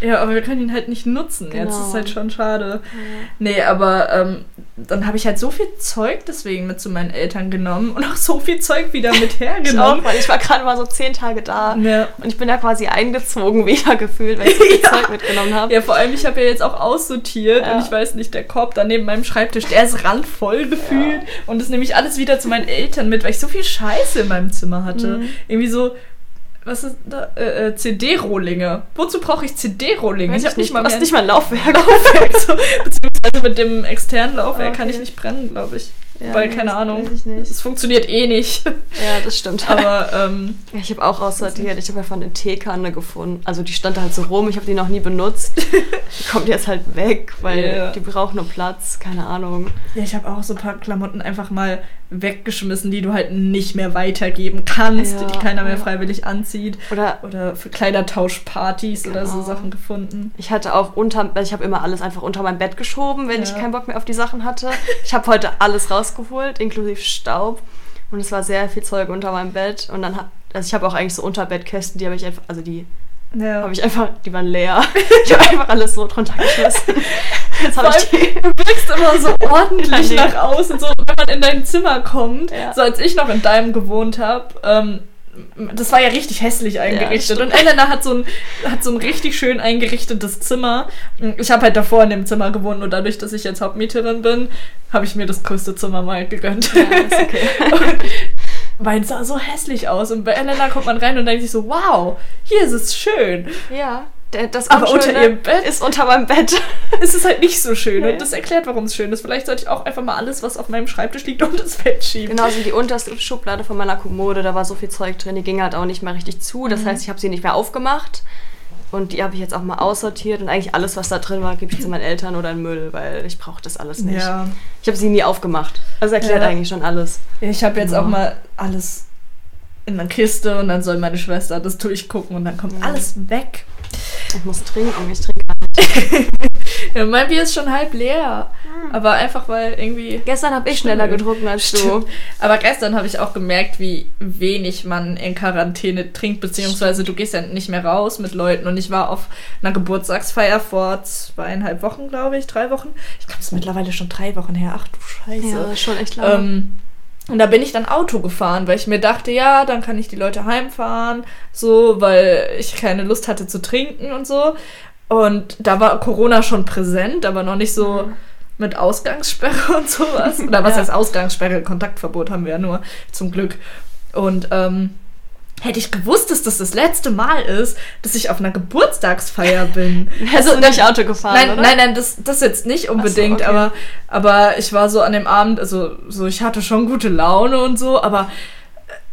Speaker 2: ja, aber wir können ihn halt nicht nutzen. Jetzt
Speaker 1: Genau.
Speaker 2: ist halt schon schade. Nee, aber ähm, dann habe ich halt so viel Zeug deswegen mit zu meinen Eltern genommen und auch so viel Zeug wieder mit
Speaker 1: Ich auch,
Speaker 2: hergenommen.
Speaker 1: weil ich war gerade mal so zehn Tage da
Speaker 2: Genau. ja.
Speaker 1: und ich bin da quasi eingezogen wieder gefühlt, weil ich so viel
Speaker 2: Ja.
Speaker 1: Zeug mitgenommen habe.
Speaker 2: ja, vor allem, ich habe ja jetzt auch aussortiert
Speaker 1: Ja.
Speaker 2: und ich weiß nicht, der Korb da neben meinem Schreibtisch, der ist randvoll gefühlt und das nehme ich alles wieder zu meinen Eltern mit, weil ich so viel Scheiße in meinem Zimmer hatte.
Speaker 1: Mhm.
Speaker 2: Irgendwie so. Was ist da? Äh, äh, CD-Rohlinge. Wozu brauche ich CD-Rohlinge?
Speaker 1: Weiß
Speaker 2: Ich habe nicht mal
Speaker 1: du
Speaker 2: mehr
Speaker 1: hast nicht mal ein Laufwerk.
Speaker 2: Laufwerk so. Beziehungsweise mit dem externen Laufwerk kann ich
Speaker 1: Okay.
Speaker 2: nicht brennen, glaube ich.
Speaker 1: Ja,
Speaker 2: Weil,
Speaker 1: nee,
Speaker 2: keine
Speaker 1: das
Speaker 2: Ahnung.
Speaker 1: weiß ich nicht.
Speaker 2: Es funktioniert eh nicht.
Speaker 1: Ja, das stimmt.
Speaker 2: Aber ähm,
Speaker 1: Ja, ich habe auch aussortiert. Ich habe ja von eine Teekanne gefunden. Also die stand da halt so rum. Ich habe die noch nie benutzt. Die kommt jetzt halt weg, weil
Speaker 2: Ja.
Speaker 1: die braucht nur Platz. Keine Ahnung.
Speaker 2: ja, ich habe auch so ein paar Klamotten einfach mal weggeschmissen, die du halt nicht mehr weitergeben kannst,
Speaker 1: Ja.
Speaker 2: die keiner mehr freiwillig anzieht.
Speaker 1: Oder
Speaker 2: Oder für Kleidertauschpartys oder so
Speaker 1: Genau.
Speaker 2: Sachen gefunden.
Speaker 1: ich hatte auch unter, also ich habe immer alles einfach unter mein Bett geschoben, wenn ich
Speaker 2: Ja.
Speaker 1: keinen Bock mehr auf die Sachen hatte. Ich habe heute alles rausgeholt, inklusive Staub. Und es war sehr viel Zeug unter meinem Bett. Und dann habe also ich habe auch eigentlich so Unterbettkästen, die habe ich einfach, also die
Speaker 2: Ja.
Speaker 1: habe ich einfach, die waren leer. Ich habe einfach alles so drunter geschmissen. Jetzt
Speaker 2: Vor
Speaker 1: habe ich die.
Speaker 2: allem, du blickst immer so ordentlich
Speaker 1: Ja, nee.
Speaker 2: nach außen, so wenn man in dein Zimmer kommt.
Speaker 1: Ja.
Speaker 2: So als ich noch in deinem gewohnt habe, ähm, das war ja richtig hässlich eingerichtet.
Speaker 1: stimmt.
Speaker 2: und Elena hat so, ein, hat so ein richtig schön eingerichtetes Zimmer. Ich habe halt davor in dem Zimmer gewohnt und dadurch, dass ich jetzt Hauptmieterin bin, habe ich mir das größte Zimmer mal gegönnt.
Speaker 1: Ja, ist okay.
Speaker 2: Und Mein sah so hässlich aus und bei Elena kommt man rein und denkt sich so, wow, hier ist es schön.
Speaker 1: Ja, der, das
Speaker 2: Aber
Speaker 1: Unschöne
Speaker 2: unter ihrem Bett?
Speaker 1: ist unter meinem Bett.
Speaker 2: es ist halt nicht so schön.
Speaker 1: Nee.
Speaker 2: Und das erklärt, warum es schön ist. Vielleicht sollte ich auch einfach mal alles, was auf meinem Schreibtisch liegt, unter das Bett schieben.
Speaker 1: Genauso wie Genau, die unterste Schublade von meiner Kommode, da war so viel Zeug drin, die ging halt auch nicht mehr richtig zu.
Speaker 2: Mhm.
Speaker 1: Das heißt, ich habe sie nicht mehr aufgemacht. Und die habe ich jetzt auch mal aussortiert und eigentlich alles, was da drin war, gebe ich zu meinen Eltern oder in den Müll, weil ich brauche das alles nicht.
Speaker 2: Ja.
Speaker 1: Ich habe sie nie aufgemacht. Also erklärt
Speaker 2: Ja.
Speaker 1: eigentlich schon alles.
Speaker 2: Ich habe jetzt
Speaker 1: Ja.
Speaker 2: auch mal alles in eine Kiste und dann soll meine Schwester das durchgucken und dann kommt
Speaker 1: Ja.
Speaker 2: alles weg.
Speaker 1: Ich muss trinken, ich trinke.
Speaker 2: Ja, mein Bier ist schon halb leer. Aber einfach weil irgendwie.
Speaker 1: Gestern habe ich schneller getrunken als du.
Speaker 2: Stimmt. Aber gestern habe ich auch gemerkt, wie wenig man in Quarantäne trinkt, beziehungsweise du gehst ja nicht mehr raus mit Leuten. Und ich war auf einer Geburtstagsfeier vor zweieinhalb Wochen, glaube ich, drei Wochen. Ich glaube, es ist mittlerweile schon drei Wochen her. Ach du Scheiße.
Speaker 1: Ja, schon echt lange.
Speaker 2: Ähm, und da bin ich dann Auto gefahren, weil ich mir dachte, ja, dann kann ich die Leute heimfahren, so, weil ich keine Lust hatte zu trinken und so. Und da war Corona schon präsent, aber noch nicht so mit Ausgangssperre und sowas. Oder was
Speaker 1: Ja.
Speaker 2: heißt Ausgangssperre? Kontaktverbot haben wir ja nur, zum Glück. Und ähm, hätte ich gewusst, dass das das letzte Mal ist, dass ich auf einer Geburtstagsfeier bin.
Speaker 1: Wärst du nicht Auto gefahren,
Speaker 2: also Nein,
Speaker 1: oder?
Speaker 2: nein, nein, das, das jetzt nicht unbedingt,
Speaker 1: okay.
Speaker 2: aber, aber ich war so an dem Abend, also so, ich hatte schon gute Laune und so, aber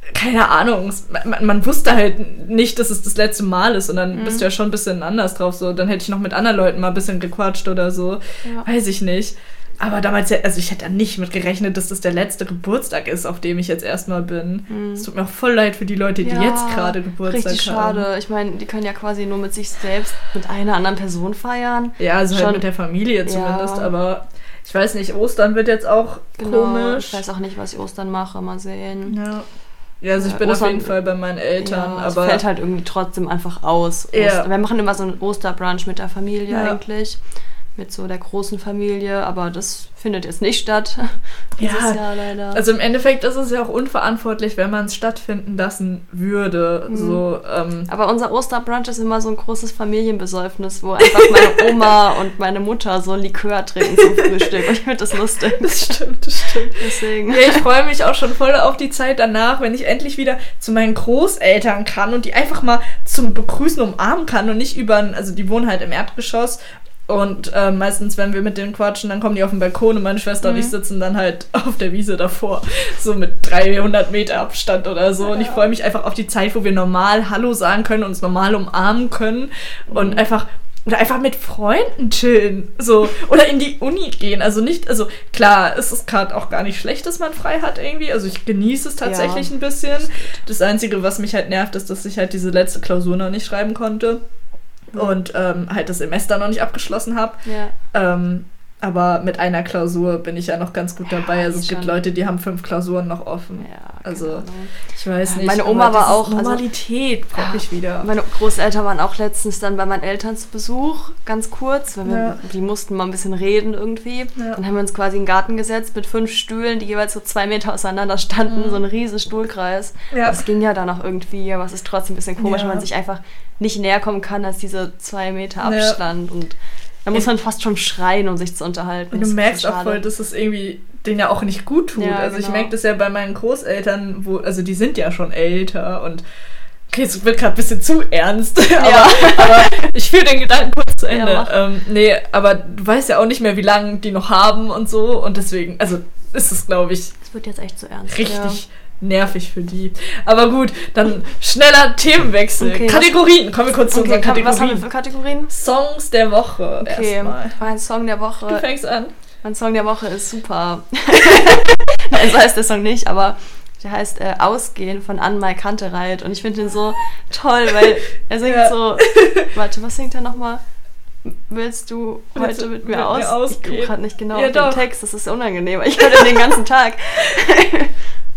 Speaker 2: äh, keine Ahnung, es- man, man wusste halt nicht, dass es das letzte Mal ist und
Speaker 1: Mhm.
Speaker 2: dann bist du ja schon ein bisschen anders drauf, so, dann hätte ich noch mit anderen Leuten mal ein bisschen gequatscht oder so,
Speaker 1: Ja.
Speaker 2: weiß ich nicht. Aber damals, ja- also ich hätte ja nicht mit gerechnet, dass das der letzte Geburtstag ist, auf dem ich jetzt erstmal bin. Es tut mir auch voll leid für die Leute, die
Speaker 1: Mhm. Ja,
Speaker 2: jetzt gerade Geburtstag
Speaker 1: Richtig
Speaker 2: haben.
Speaker 1: schade. Ich meine, die können ja quasi nur mit sich selbst, mit einer anderen Person feiern.
Speaker 2: Ja, also
Speaker 1: Schon.
Speaker 2: halt mit der Familie zumindest,
Speaker 1: Ja.
Speaker 2: aber ich weiß nicht, Ostern wird jetzt auch komisch.
Speaker 1: Genau, Ich weiß auch nicht, was ich Ostern mache. Mal sehen.
Speaker 2: ja. ja, also ich
Speaker 1: Ja,
Speaker 2: bin
Speaker 1: Ostern-
Speaker 2: auf jeden Fall bei meinen Eltern,
Speaker 1: ja,
Speaker 2: aber
Speaker 1: es fällt halt irgendwie trotzdem einfach aus.
Speaker 2: Ja.
Speaker 1: Oster- Wir machen immer so einen Osterbrunch mit der Familie
Speaker 2: Ja.
Speaker 1: eigentlich. Mit so der großen Familie, aber das findet jetzt nicht statt.
Speaker 2: Ja.
Speaker 1: Dieses Jahr leider.
Speaker 2: also im Endeffekt ist es ja auch unverantwortlich, wenn man es stattfinden lassen würde.
Speaker 1: Mhm.
Speaker 2: So, ähm,
Speaker 1: aber unser Osterbrunch ist immer so ein großes Familienbesäufnis, wo einfach meine Oma und meine Mutter so Likör trinken zum Frühstück. Und ich finde das lustig.
Speaker 2: das stimmt, das stimmt.
Speaker 1: Deswegen.
Speaker 2: Ja, ich freue mich auch schon voll auf die Zeit danach, wenn ich endlich wieder zu meinen Großeltern kann und die einfach mal zum Begrüßen umarmen kann und nicht über, ein- also die wohnen halt im Erdgeschoss. Und äh, meistens, wenn wir mit denen quatschen, dann kommen die auf den Balkon und meine Schwester und ich sitzen dann halt auf der Wiese davor. So mit 300 Meter Abstand oder so. Und ich
Speaker 1: Mhm.
Speaker 2: freue mich einfach auf die Zeit, wo wir normal Hallo sagen können, uns normal umarmen können und einfach Oder einfach mit Freunden chillen. So. Oder in die Uni gehen. Also nicht, also klar, es ist gerade auch gar nicht schlecht, dass man frei hat irgendwie. Also ich genieße es tatsächlich
Speaker 1: Ja.
Speaker 2: ein bisschen. Das Einzige, was mich halt nervt, ist, dass ich halt diese letzte Klausur noch nicht schreiben konnte.
Speaker 1: Mhm.
Speaker 2: Und ähm, halt das Semester noch nicht abgeschlossen habe.
Speaker 1: Ja.
Speaker 2: Ähm, aber mit einer Klausur bin ich ja noch ganz gut
Speaker 1: Ja,
Speaker 2: dabei. Also es
Speaker 1: eh
Speaker 2: gibt
Speaker 1: schon.
Speaker 2: Leute, die haben fünf Klausuren noch offen.
Speaker 1: Ja, genau. keine
Speaker 2: also
Speaker 1: Ahnung.
Speaker 2: ich weiß nicht.
Speaker 1: Meine Oma
Speaker 2: aber
Speaker 1: war
Speaker 2: dieses
Speaker 1: auch- also-
Speaker 2: Normalität brauche ich wieder.
Speaker 1: Meine Großeltern waren auch letztens dann bei meinen Eltern zu Besuch, ganz kurz, weil wir,
Speaker 2: Ja.
Speaker 1: die mussten mal ein bisschen reden irgendwie.
Speaker 2: Ja.
Speaker 1: Dann haben wir uns quasi in den Garten gesetzt mit fünf Stühlen, die jeweils so zwei Meter auseinander standen, so ein riesen Stuhlkreis.
Speaker 2: Mhm. Ja.
Speaker 1: Das ging ja dann auch irgendwie, aber es ist trotzdem ein bisschen komisch,
Speaker 2: Ja.
Speaker 1: wenn man sich einfach nicht näher kommen kann als diese zwei Meter
Speaker 2: Ja.
Speaker 1: Abstand. Und da muss man fast schon schreien, um sich zu unterhalten.
Speaker 2: Und
Speaker 1: Das
Speaker 2: du
Speaker 1: ist
Speaker 2: merkst
Speaker 1: schade.
Speaker 2: auch voll, dass es irgendwie denen ja auch nicht gut tut.
Speaker 1: Ja,
Speaker 2: also ich
Speaker 1: genau.
Speaker 2: merke das ja bei meinen Großeltern, wo, also die sind ja schon älter und okay, es wird gerade ein bisschen zu ernst, aber,
Speaker 1: Ja.
Speaker 2: aber ich führe den Gedanken kurz zu Ende.
Speaker 1: mach.
Speaker 2: ähm, nee, aber du weißt ja auch nicht mehr, wie lange die noch haben und so und deswegen, also ist es, glaube ich,
Speaker 1: Das wird jetzt echt zu ernst.
Speaker 2: richtig
Speaker 1: Ja.
Speaker 2: nervig für die. Aber gut, dann schneller Themenwechsel.
Speaker 1: Okay, was-
Speaker 2: Kategorien, kommen wir kurz zu
Speaker 1: Okay,
Speaker 2: unseren
Speaker 1: Kategorien. was haben wir
Speaker 2: Kategorien.
Speaker 1: für Kategorien?
Speaker 2: Songs der Woche
Speaker 1: Okay, Äh,
Speaker 2: erstmal.
Speaker 1: mein Song der
Speaker 2: Du
Speaker 1: Woche.
Speaker 2: fängst an.
Speaker 1: Mein Song der Woche ist super. Nein, so heißt der Song nicht, aber der heißt äh, Ausgehen von Anmal Kantereit. Und ich finde den so toll, weil er singt
Speaker 2: Ja.
Speaker 1: so. Warte, was singt er nochmal? Willst du
Speaker 2: Willst
Speaker 1: heute
Speaker 2: du
Speaker 1: mit
Speaker 2: mit mir
Speaker 1: mir aus? ich gucke
Speaker 2: ausgehen?
Speaker 1: gerade nicht genau
Speaker 2: Ja,
Speaker 1: auf
Speaker 2: doch.
Speaker 1: den Text, das ist unangenehm. Ich höre den den ganzen Tag.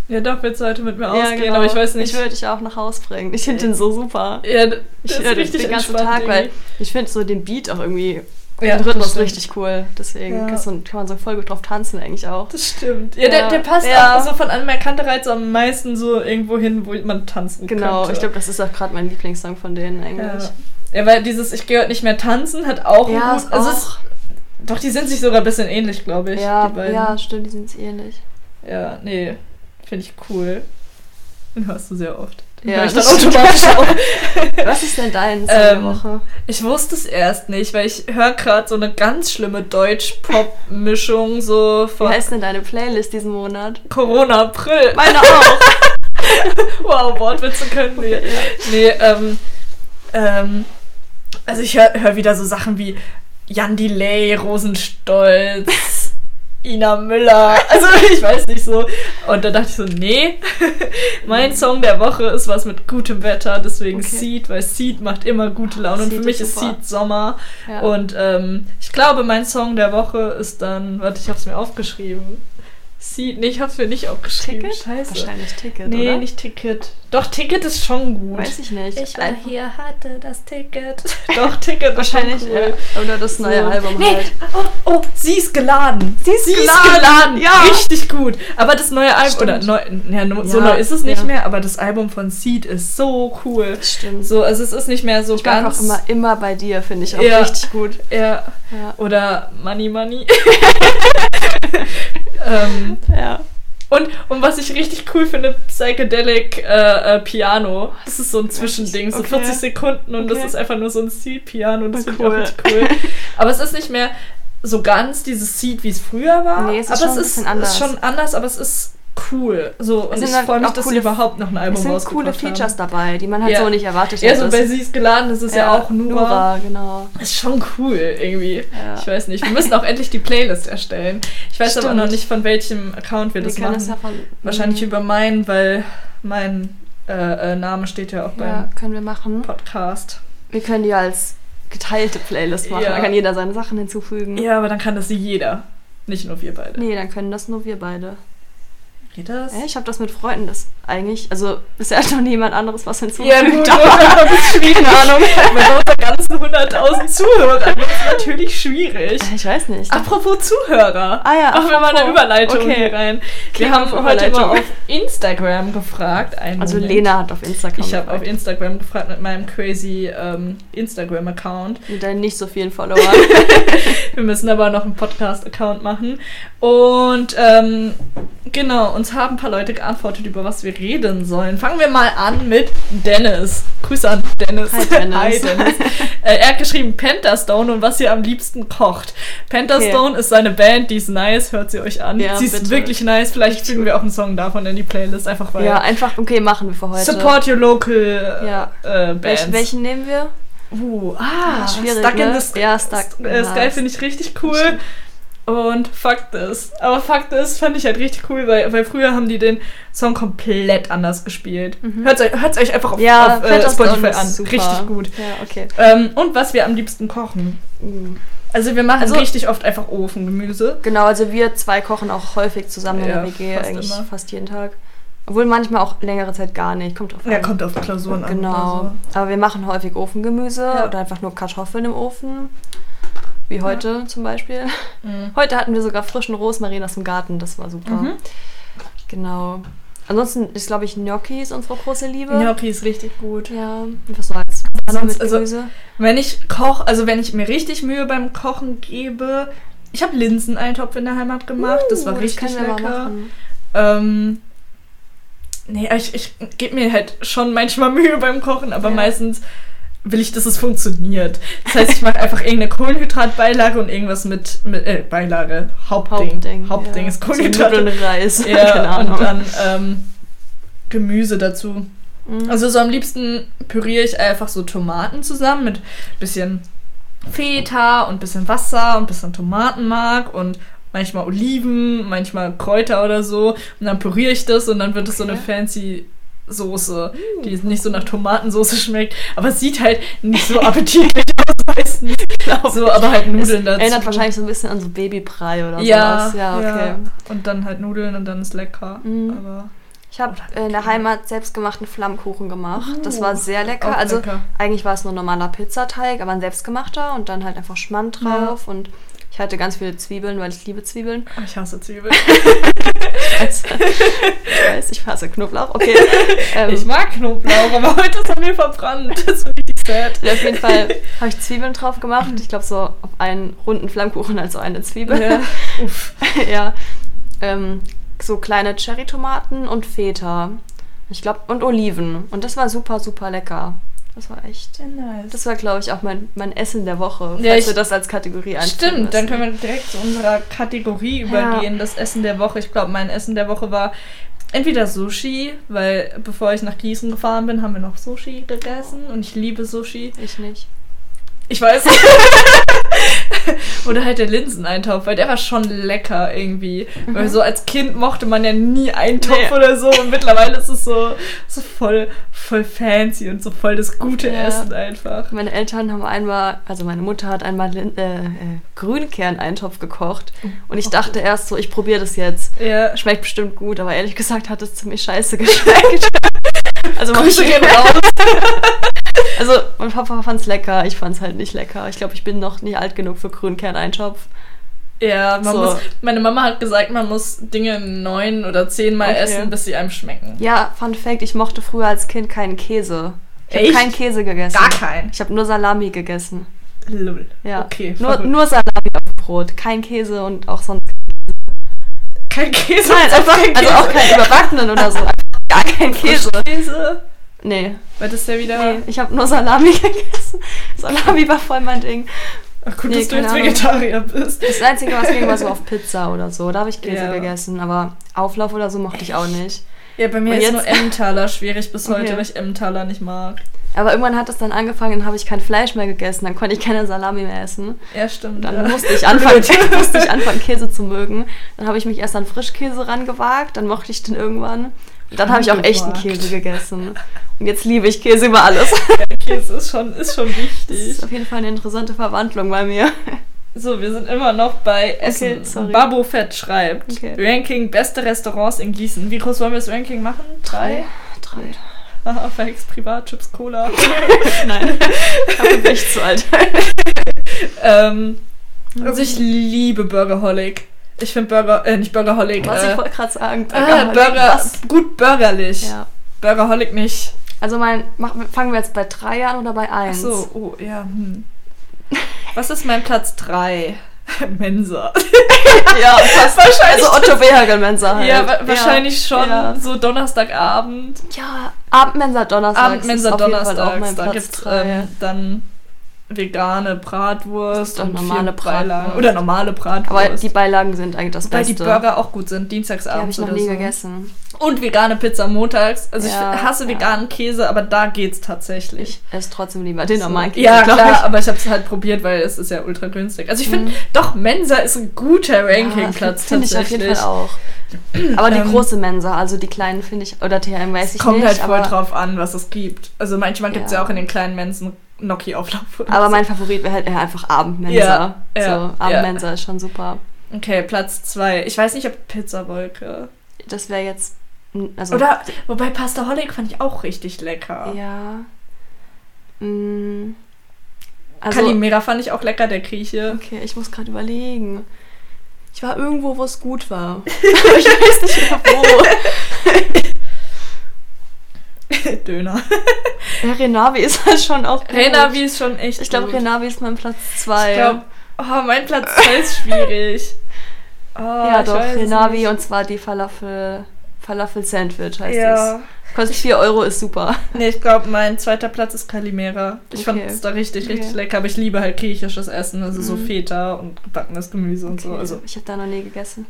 Speaker 2: Ja, doch, willst du heute mit mir
Speaker 1: Ja,
Speaker 2: ausgehen,
Speaker 1: genau.
Speaker 2: aber ich weiß nicht.
Speaker 1: Ich würde dich auch nach Haus bringen. Ich finde den so super.
Speaker 2: ja, das
Speaker 1: Ich
Speaker 2: ist
Speaker 1: höre den
Speaker 2: richtig
Speaker 1: den ganzen
Speaker 2: entspannt
Speaker 1: Tag, weil
Speaker 2: irgendwie.
Speaker 1: ich finde so den Beat auch irgendwie.
Speaker 2: Ja,
Speaker 1: den Rhythmus
Speaker 2: das stimmt.
Speaker 1: richtig cool. Deswegen
Speaker 2: Ja.
Speaker 1: kannst du- kann man so voll gut drauf tanzen eigentlich auch.
Speaker 2: Das stimmt. Ja, Der,
Speaker 1: Ja.
Speaker 2: der passt
Speaker 1: Ja.
Speaker 2: auch so von anerkannter Reiz am meisten so irgendwo hin, wo man tanzen
Speaker 1: Genau,
Speaker 2: könnte.
Speaker 1: ich glaube, das ist auch gerade mein Lieblingssong von denen eigentlich.
Speaker 2: Ja. ja, weil dieses Ich gehört nicht mehr tanzen hat auch.
Speaker 1: Ja,
Speaker 2: einen
Speaker 1: ist
Speaker 2: guten- also es-
Speaker 1: auch-
Speaker 2: doch, die sind sich sogar ein bisschen ähnlich, glaube ich.
Speaker 1: Ja,
Speaker 2: die
Speaker 1: ja,
Speaker 2: beiden.
Speaker 1: stimmt, die eh sind sich ähnlich.
Speaker 2: Ja, nee, finde ich cool. Den hörst du sehr oft. Den
Speaker 1: Ja,
Speaker 2: hör ich, dann
Speaker 1: das stimmt.
Speaker 2: automatisch auch.
Speaker 1: Was ist denn dein Song der
Speaker 2: Ähm,
Speaker 1: Woche?
Speaker 2: ich wusste es erst nicht, weil ich höre gerade so eine ganz schlimme Deutsch-Pop-Mischung so
Speaker 1: Wie
Speaker 2: von
Speaker 1: heißt denn deine Playlist diesen Monat?
Speaker 2: Corona-April.
Speaker 1: Meine auch.
Speaker 2: Wow, Wortwitze können wir. Nee, ähm, ähm, also ich höre hör wieder so Sachen wie Jan Delay, Rosenstolz, Ina Müller. Also ich weiß nicht so. Und dann dachte ich so, nee, mein Song der Woche ist was mit gutem Wetter, deswegen
Speaker 1: Mhm. Okay.
Speaker 2: Seed, weil Seed macht immer gute Laune. Und
Speaker 1: Seed
Speaker 2: für mich
Speaker 1: ist
Speaker 2: ist
Speaker 1: super.
Speaker 2: Seed Sommer.
Speaker 1: Ja.
Speaker 2: Und ähm, ich glaube, mein Song der Woche ist dann, warte, ich hab's mir aufgeschrieben. Seed, nee, ich hab's mir nicht aufgeschrieben.
Speaker 1: Ticket?
Speaker 2: Scheiße.
Speaker 1: Wahrscheinlich Ticket,
Speaker 2: Nee,
Speaker 1: oder?
Speaker 2: nicht Ticket. Doch, Ticket ist schon gut.
Speaker 1: Weiß ich nicht. Ein-
Speaker 2: hier, hatte das Ticket. Doch, Ticket
Speaker 1: wahrscheinlich
Speaker 2: ist schon cool.
Speaker 1: äh, oder das neue
Speaker 2: So.
Speaker 1: Album
Speaker 2: nee,
Speaker 1: halt.
Speaker 2: oh, oh, sie ist geladen.
Speaker 1: Sie ist geladen, ja.
Speaker 2: Richtig gut. Aber das neue Album,
Speaker 1: Stimmt.
Speaker 2: oder neu, ja, no- so
Speaker 1: Ja,
Speaker 2: neu ist es nicht
Speaker 1: ja.
Speaker 2: mehr, aber das Album von Seed ist so cool.
Speaker 1: Stimmt.
Speaker 2: So, also es ist nicht mehr so
Speaker 1: ich mag
Speaker 2: ganz...
Speaker 1: auch immer, immer bei dir, finde ich auch
Speaker 2: Ja.
Speaker 1: richtig gut.
Speaker 2: ja,
Speaker 1: Ja.
Speaker 2: oder Money Money. ähm,
Speaker 1: ja.
Speaker 2: Und, und was ich richtig cool finde, Psychedelic äh, äh, Piano. Das ist so ein Zwischending, so
Speaker 1: Okay.
Speaker 2: 40 Sekunden und das
Speaker 1: Okay.
Speaker 2: ist einfach nur so ein Seed-Piano. Das finde
Speaker 1: Cool.
Speaker 2: ich auch richtig cool. Aber es ist nicht mehr so ganz dieses Seed, wie es früher war.
Speaker 1: Nee, es ist
Speaker 2: aber
Speaker 1: schon
Speaker 2: es
Speaker 1: ein
Speaker 2: ist,
Speaker 1: bisschen anders.
Speaker 2: ist schon anders, aber es ist cool. So,
Speaker 1: Es
Speaker 2: und ich
Speaker 1: sind halt
Speaker 2: freue mich,
Speaker 1: auch
Speaker 2: dass sie
Speaker 1: coole-
Speaker 2: überhaupt noch ein Album
Speaker 1: Es sind coole
Speaker 2: rausgebracht
Speaker 1: Features
Speaker 2: haben.
Speaker 1: dabei, die man halt
Speaker 2: Ja.
Speaker 1: so nicht erwartet
Speaker 2: Ja, so bei Sie ist geladen, das ist ja, auch Nura.
Speaker 1: Nora, genau.
Speaker 2: Ist schon cool irgendwie.
Speaker 1: Ja.
Speaker 2: Ich weiß nicht. Wir müssen auch endlich die Playlist erstellen. Ich weiß aber
Speaker 1: Stimmt.
Speaker 2: noch nicht, von welchem Account wir,
Speaker 1: Wir
Speaker 2: das
Speaker 1: können
Speaker 2: machen.
Speaker 1: das ja von-
Speaker 2: Wahrscheinlich
Speaker 1: Mhm.
Speaker 2: über meinen, weil mein äh, äh, Name steht ja auch
Speaker 1: Ja,
Speaker 2: beim
Speaker 1: können wir machen.
Speaker 2: Podcast.
Speaker 1: Wir können die als geteilte Playlist machen.
Speaker 2: Ja.
Speaker 1: Da kann jeder seine Sachen hinzufügen.
Speaker 2: Ja, aber dann kann das jeder. Nicht nur wir beide.
Speaker 1: Nee, dann können das nur wir beide.
Speaker 2: Geht das?
Speaker 1: Äh, Ich habe das mit Freunden, das eigentlich. Also bisher hat noch niemand anderes was hinzugefügt.
Speaker 2: Ja, gut,
Speaker 1: aber-
Speaker 2: aber das ist schwierig.
Speaker 1: keine Ahnung.
Speaker 2: Bei unseren ganzen 100.000 Zuhörern ist es natürlich schwierig.
Speaker 1: Äh, Ich weiß nicht.
Speaker 2: Apropos Zuhörer.
Speaker 1: Ah ja,
Speaker 2: Machen wir mal eine
Speaker 1: apropos.
Speaker 2: Überleitung
Speaker 1: Okay.
Speaker 2: hier rein. Wir
Speaker 1: Klingt
Speaker 2: haben
Speaker 1: nach
Speaker 2: heute mal
Speaker 1: Überleitung.
Speaker 2: auf Instagram gefragt. Einen
Speaker 1: also
Speaker 2: Moment.
Speaker 1: Lena hat auf Instagram.
Speaker 2: Ich habe auf
Speaker 1: gefragt.
Speaker 2: Instagram gefragt mit meinem crazy ähm, Instagram-Account.
Speaker 1: mit deinen nicht so vielen Followern.
Speaker 2: Wir müssen aber noch einen Podcast-Account machen. Und ähm, genau, uns haben ein paar Leute geantwortet, über was wir reden sollen. Fangen wir mal an mit Dennis. Grüße an Dennis.
Speaker 1: Hi, Dennis.
Speaker 2: Dennis. äh, er hat geschrieben Pentastone und was ihr am liebsten kocht. Pentastone ist seine Band, die ist nice, hört sie euch an.
Speaker 1: Ja,
Speaker 2: sie ist
Speaker 1: bitte.
Speaker 2: wirklich nice. Vielleicht fügen wir auch einen Song davon in die Playlist, einfach weil.
Speaker 1: ja, einfach okay, machen wir für heute.
Speaker 2: Support your local
Speaker 1: Ja.
Speaker 2: äh, Bands.
Speaker 1: Welch, welchen nehmen wir?
Speaker 2: Uh, ah,
Speaker 1: Ah, schwierig,
Speaker 2: Stuck in
Speaker 1: ne?
Speaker 2: the Sky.
Speaker 1: Ja, Stuck in
Speaker 2: äh,
Speaker 1: the
Speaker 2: Sky
Speaker 1: House.
Speaker 2: finde ich richtig cool. Und Fuck This. Aber Fuck This fand ich halt richtig cool, weil, weil früher haben die den Song komplett anders gespielt. Hört's euch, hört's euch einfach auf,
Speaker 1: Mhm. Ja,
Speaker 2: auf
Speaker 1: Fat
Speaker 2: äh,
Speaker 1: Up
Speaker 2: Spotify
Speaker 1: Dog
Speaker 2: an.
Speaker 1: ist super.
Speaker 2: Richtig gut.
Speaker 1: Ja, okay. Mm.
Speaker 2: Ähm, und was wir am liebsten kochen. Also wir machen
Speaker 1: Also-
Speaker 2: richtig oft einfach Ofengemüse.
Speaker 1: Genau, also wir zwei kochen auch häufig zusammen in
Speaker 2: Ja,
Speaker 1: der WG,
Speaker 2: fast
Speaker 1: eigentlich
Speaker 2: immer.
Speaker 1: fast jeden Tag. Obwohl manchmal auch längere Zeit gar nicht, kommt drauf
Speaker 2: Ja, kommt auf Klausuren an.
Speaker 1: Ähm, Genau.
Speaker 2: oder
Speaker 1: Aber wir machen häufig Ofengemüse
Speaker 2: Ja.
Speaker 1: oder einfach nur Kartoffeln im Ofen. Wie heute zum Beispiel.
Speaker 2: so. Mhm.
Speaker 1: Heute hatten wir sogar frischen Rosmarin aus dem Garten, das war super.
Speaker 2: Mhm.
Speaker 1: Genau. Ansonsten ist, glaube ich, Gnocchi ist unsere große Liebe.
Speaker 2: Gnocchi ist richtig gut.
Speaker 1: Ja, was so als Pfanne
Speaker 2: Sonst-
Speaker 1: mit
Speaker 2: also-
Speaker 1: Gemüse.
Speaker 2: Wenn ich koche, also wenn ich mir richtig Mühe beim Kochen gebe, ich habe Linseneintopf in der Heimat gemacht, das war
Speaker 1: Uh,
Speaker 2: richtig
Speaker 1: können wir mal
Speaker 2: lecker.
Speaker 1: machen.
Speaker 2: Ähm, nee, ich, ich gebe mir halt schon manchmal Mühe beim Kochen, aber
Speaker 1: Ja.
Speaker 2: meistens will ich, dass es funktioniert. Das heißt, ich mache einfach irgendeine Kohlenhydratbeilage und irgendwas mit, mit äh, Beilage, Hauptding. Hauptding,
Speaker 1: Hauptding. ja.
Speaker 2: ist
Speaker 1: So
Speaker 2: Kohlenhydrate.
Speaker 1: Nudeln, Reis. Keine
Speaker 2: Ja,
Speaker 1: Ahnung.
Speaker 2: und dann ähm, Gemüse dazu.
Speaker 1: Mhm.
Speaker 2: Also so am liebsten püriere ich einfach so Tomaten zusammen mit bisschen Feta und bisschen Wasser und bisschen Tomatenmark und manchmal Oliven, manchmal Kräuter oder so. Und dann püriere ich das und dann wird es so eine fancy Soße, die
Speaker 1: Uh.
Speaker 2: nicht so nach Tomatensoße schmeckt, aber es sieht halt nicht so appetitlich aus meistens. So, aber halt Nudeln dazu.
Speaker 1: Erinnert wahrscheinlich so ein bisschen an so Babybrei oder
Speaker 2: ja,
Speaker 1: sowas. Ja, okay.
Speaker 2: Und dann halt Nudeln und dann ist lecker.
Speaker 1: Mhm.
Speaker 2: Aber
Speaker 1: Ich habe in der Heimat selbstgemachten Flammkuchen gemacht. Das
Speaker 2: Oh,
Speaker 1: war sehr lecker.
Speaker 2: auch
Speaker 1: Also
Speaker 2: lecker.
Speaker 1: eigentlich war es nur ein normaler Pizzateig, aber ein selbstgemachter und dann halt einfach Schmand
Speaker 2: Ja.
Speaker 1: drauf und ich hatte ganz viele Zwiebeln, weil ich liebe Zwiebeln.
Speaker 2: oh, ich hasse Zwiebeln.
Speaker 1: Ich weiß, ich, weiß, ich hasse Knoblauch. Okay. Ähm,
Speaker 2: Ich mag Knoblauch, aber heute ist er mir verbrannt. Das ist richtig sad.
Speaker 1: und auf jeden Fall habe ich Zwiebeln drauf gemacht. Ich glaube so auf einen runden Flammkuchen, also eine Zwiebel.
Speaker 2: Ja. Uff.
Speaker 1: ja. Ähm, so kleine Cherrytomaten und Feta. Ich glaube, und Oliven. Und das war super, super lecker. Das war echt. Das war, glaube ich, auch mein, mein Essen der Woche, falls
Speaker 2: Ja, ich-
Speaker 1: wir das als Kategorie einstellen
Speaker 2: Stimmt, dann
Speaker 1: müssen.
Speaker 2: können wir direkt zu unserer Kategorie übergehen, das Essen der Woche. Ich glaube, mein Essen der Woche war entweder Sushi, weil bevor ich nach Gießen gefahren bin, haben wir noch Sushi gegessen und ich liebe Sushi.
Speaker 1: Ich nicht.
Speaker 2: Ich weiß. Oder halt der Linseneintopf, weil der war schon lecker irgendwie. Weil so als Kind mochte man ja nie Eintopf
Speaker 1: Mhm. Nee.
Speaker 2: oder so und mittlerweile ist es so, so voll, voll fancy und so voll das gute
Speaker 1: Ja.
Speaker 2: Essen einfach.
Speaker 1: Meine Eltern haben einmal, also meine Mutter hat einmal Lin- äh, äh, Grünkern-Eintopf gekocht.
Speaker 2: Oh,
Speaker 1: Und ich dachte erst so, ich probiere das jetzt.
Speaker 2: Ja,
Speaker 1: Schmeckt bestimmt gut, aber ehrlich gesagt hat es ziemlich scheiße geschmeckt. also, man
Speaker 2: Grüße gehen raus.
Speaker 1: also mein Papa fand es lecker, ich fand es halt nicht lecker. Ich glaube, ich bin noch nicht alt genug für Grünkern-Eintopf.
Speaker 2: Ja, man
Speaker 1: So.
Speaker 2: muss, meine Mama hat gesagt, man muss Dinge neun oder zehnmal
Speaker 1: Okay.
Speaker 2: essen, bis sie einem schmecken.
Speaker 1: Ja, Fun Fact, ich mochte früher als Kind keinen Käse. Ich habe
Speaker 2: Echt?
Speaker 1: keinen Käse gegessen.
Speaker 2: Gar kein.
Speaker 1: Ich habe nur Salami gegessen.
Speaker 2: Lull.
Speaker 1: Ja.
Speaker 2: Okay,
Speaker 1: nur,
Speaker 2: verrückt.
Speaker 1: nur Salami auf dem Brot, kein Käse und auch sonst.
Speaker 2: kein Käse.
Speaker 1: Nein, einfach,
Speaker 2: kein
Speaker 1: also
Speaker 2: Käse.
Speaker 1: auch keinen überbackenen oder so. Einfach Gar kein Käse.
Speaker 2: Käse.
Speaker 1: Nee,
Speaker 2: Weil das ist ja wieder.
Speaker 1: nee ich habe nur Salami gegessen. Salami war voll mein Ding.
Speaker 2: Ach gut,
Speaker 1: Nee,
Speaker 2: dass du
Speaker 1: keine
Speaker 2: jetzt
Speaker 1: Ahnung.
Speaker 2: Vegetarier bist.
Speaker 1: Das Einzige, was ging, war so auf Pizza oder so. Da habe ich Käse
Speaker 2: Ja.
Speaker 1: gegessen, aber Auflauf oder so mochte ich auch nicht.
Speaker 2: Ja, bei mir
Speaker 1: Und
Speaker 2: ist
Speaker 1: jetzt-
Speaker 2: nur Emmentaler schwierig bis heute,
Speaker 1: Okay.
Speaker 2: weil ich Emmentaler nicht mag.
Speaker 1: Aber irgendwann hat es dann angefangen, dann habe ich kein Fleisch mehr gegessen, dann konnte ich keine Salami mehr essen.
Speaker 2: Ja, stimmt.
Speaker 1: Dann
Speaker 2: ja.
Speaker 1: musste, ich anfangen, musste ich anfangen, Käse zu mögen. Dann habe ich mich erst an Frischkäse rangewagt, dann mochte ich den irgendwann. Und dann habe ich auch echten
Speaker 2: Rangewagt.
Speaker 1: Käse gegessen. Und jetzt liebe ich Käse über alles.
Speaker 2: Käse ist schon, ist schon
Speaker 1: Das
Speaker 2: wichtig.
Speaker 1: ist auf jeden Fall eine interessante Verwandlung bei mir.
Speaker 2: So, wir sind immer noch bei Essen.
Speaker 1: sorry.
Speaker 2: Babo Fett schreibt:
Speaker 1: Okay.
Speaker 2: Ranking beste Restaurants in Gießen. Wie groß wollen wir das Ranking machen? Drei?
Speaker 1: Drei.
Speaker 2: Aha, Fakes, Privat, Chips, Cola.
Speaker 1: Nein, dafür bin ich zu alt.
Speaker 2: ähm,
Speaker 1: Mhm.
Speaker 2: also ich liebe Burgerholic. Ich finde Burger, äh, nicht Burgerholic,
Speaker 1: Was
Speaker 2: äh,
Speaker 1: ich wollte gerade sagen.
Speaker 2: ah,
Speaker 1: Burgerholic,
Speaker 2: Burger,
Speaker 1: was?
Speaker 2: gut bürgerlich.
Speaker 1: Ja.
Speaker 2: Burgerholic nicht.
Speaker 1: Also mein, mach, fangen wir jetzt bei drei an oder bei
Speaker 2: Ach
Speaker 1: eins?
Speaker 2: so, oh, ja. Hm. Was ist mein Platz 3? Mensa.
Speaker 1: Ja, passt.
Speaker 2: wahrscheinlich.
Speaker 1: Also Otto Wehagelmensa halt.
Speaker 2: ja, wa wahrscheinlich schon
Speaker 1: Ja,
Speaker 2: so Donnerstagabend.
Speaker 1: ja Abendmensa Donnerstag.
Speaker 2: Abendmensa Donnerstag. Da gibt's ähm, dann vegane
Speaker 1: Das
Speaker 2: Bratwurst
Speaker 1: ist doch
Speaker 2: und
Speaker 1: normale
Speaker 2: vier Beilagen.
Speaker 1: Bratwurst.
Speaker 2: Oder normale Bratwurst.
Speaker 1: Aber die Beilagen sind eigentlich das
Speaker 2: Wobei die
Speaker 1: Beste.
Speaker 2: Burger auch gut sind,
Speaker 1: die habe
Speaker 2: dienstagsabends
Speaker 1: ich noch
Speaker 2: oder
Speaker 1: nie
Speaker 2: so.
Speaker 1: gegessen.
Speaker 2: Und vegane Pizza montags. Also
Speaker 1: Ja,
Speaker 2: ich hasse
Speaker 1: ja.
Speaker 2: veganen Käse, aber da geht's tatsächlich.
Speaker 1: Ich esse trotzdem lieber den normalen Käse,
Speaker 2: ja,
Speaker 1: glaub
Speaker 2: klar,
Speaker 1: ich.
Speaker 2: aber ich habe es halt probiert, weil es ist ja ultra günstig. Also ich finde, doch, Mensa ist ein guter Rankingplatz
Speaker 1: Finde ich auf
Speaker 2: tatsächlich.
Speaker 1: jeden Fall auch. Aber die
Speaker 2: Ähm,
Speaker 1: große Mensa, also die kleinen finde ich, oder TM weiß
Speaker 2: Es
Speaker 1: ich
Speaker 2: kommt
Speaker 1: nicht.
Speaker 2: halt voll
Speaker 1: aber,
Speaker 2: drauf an, was es gibt. Also manchmal gibt's ja.
Speaker 1: Ja.
Speaker 2: auch in den kleinen Mensen Noki-Auflauf. oder
Speaker 1: aber
Speaker 2: so.
Speaker 1: mein Favorit wäre halt eher einfach Abendmensa.
Speaker 2: Ja,
Speaker 1: so,
Speaker 2: ja,
Speaker 1: Abendmensa ist schon super.
Speaker 2: Okay, Platz zwei. Ich weiß nicht, ob Pizzawolke.
Speaker 1: Das wäre jetzt. Also,
Speaker 2: Oder, wobei Pasta Holic fand ich auch richtig lecker.
Speaker 1: Ja. Mm,
Speaker 2: Also, Calimera fand ich auch lecker, der Grieche.
Speaker 1: Okay, ich muss gerade überlegen. Ich war irgendwo, wo es gut war. ich weiß nicht mehr wo.
Speaker 2: Döner.
Speaker 1: Ja, Renavi ist halt schon auch gut.
Speaker 2: Renavi ist schon echt
Speaker 1: Ich glaube,
Speaker 2: gut.
Speaker 1: Renavi ist mein Platz
Speaker 2: Ich
Speaker 1: 2.
Speaker 2: glaube, oh, mein Platz 2 ist schwierig. Oh,
Speaker 1: ja,
Speaker 2: ich
Speaker 1: doch,
Speaker 2: weiß
Speaker 1: Renavi
Speaker 2: nicht.
Speaker 1: und zwar die Falafel, Falafel Sandwich heißt
Speaker 2: Ja.
Speaker 1: es. Kostet 4 Euro, ist super.
Speaker 2: Nee, ich glaube, mein zweiter Platz ist Calimera. Ich
Speaker 1: Okay.
Speaker 2: fand es da richtig, richtig
Speaker 1: Okay.
Speaker 2: lecker. Aber ich liebe halt griechisches Essen, also so
Speaker 1: Mhm.
Speaker 2: Feta und gebackenes Gemüse und so.
Speaker 1: Okay,
Speaker 2: Also,
Speaker 1: ich habe da noch nie gegessen.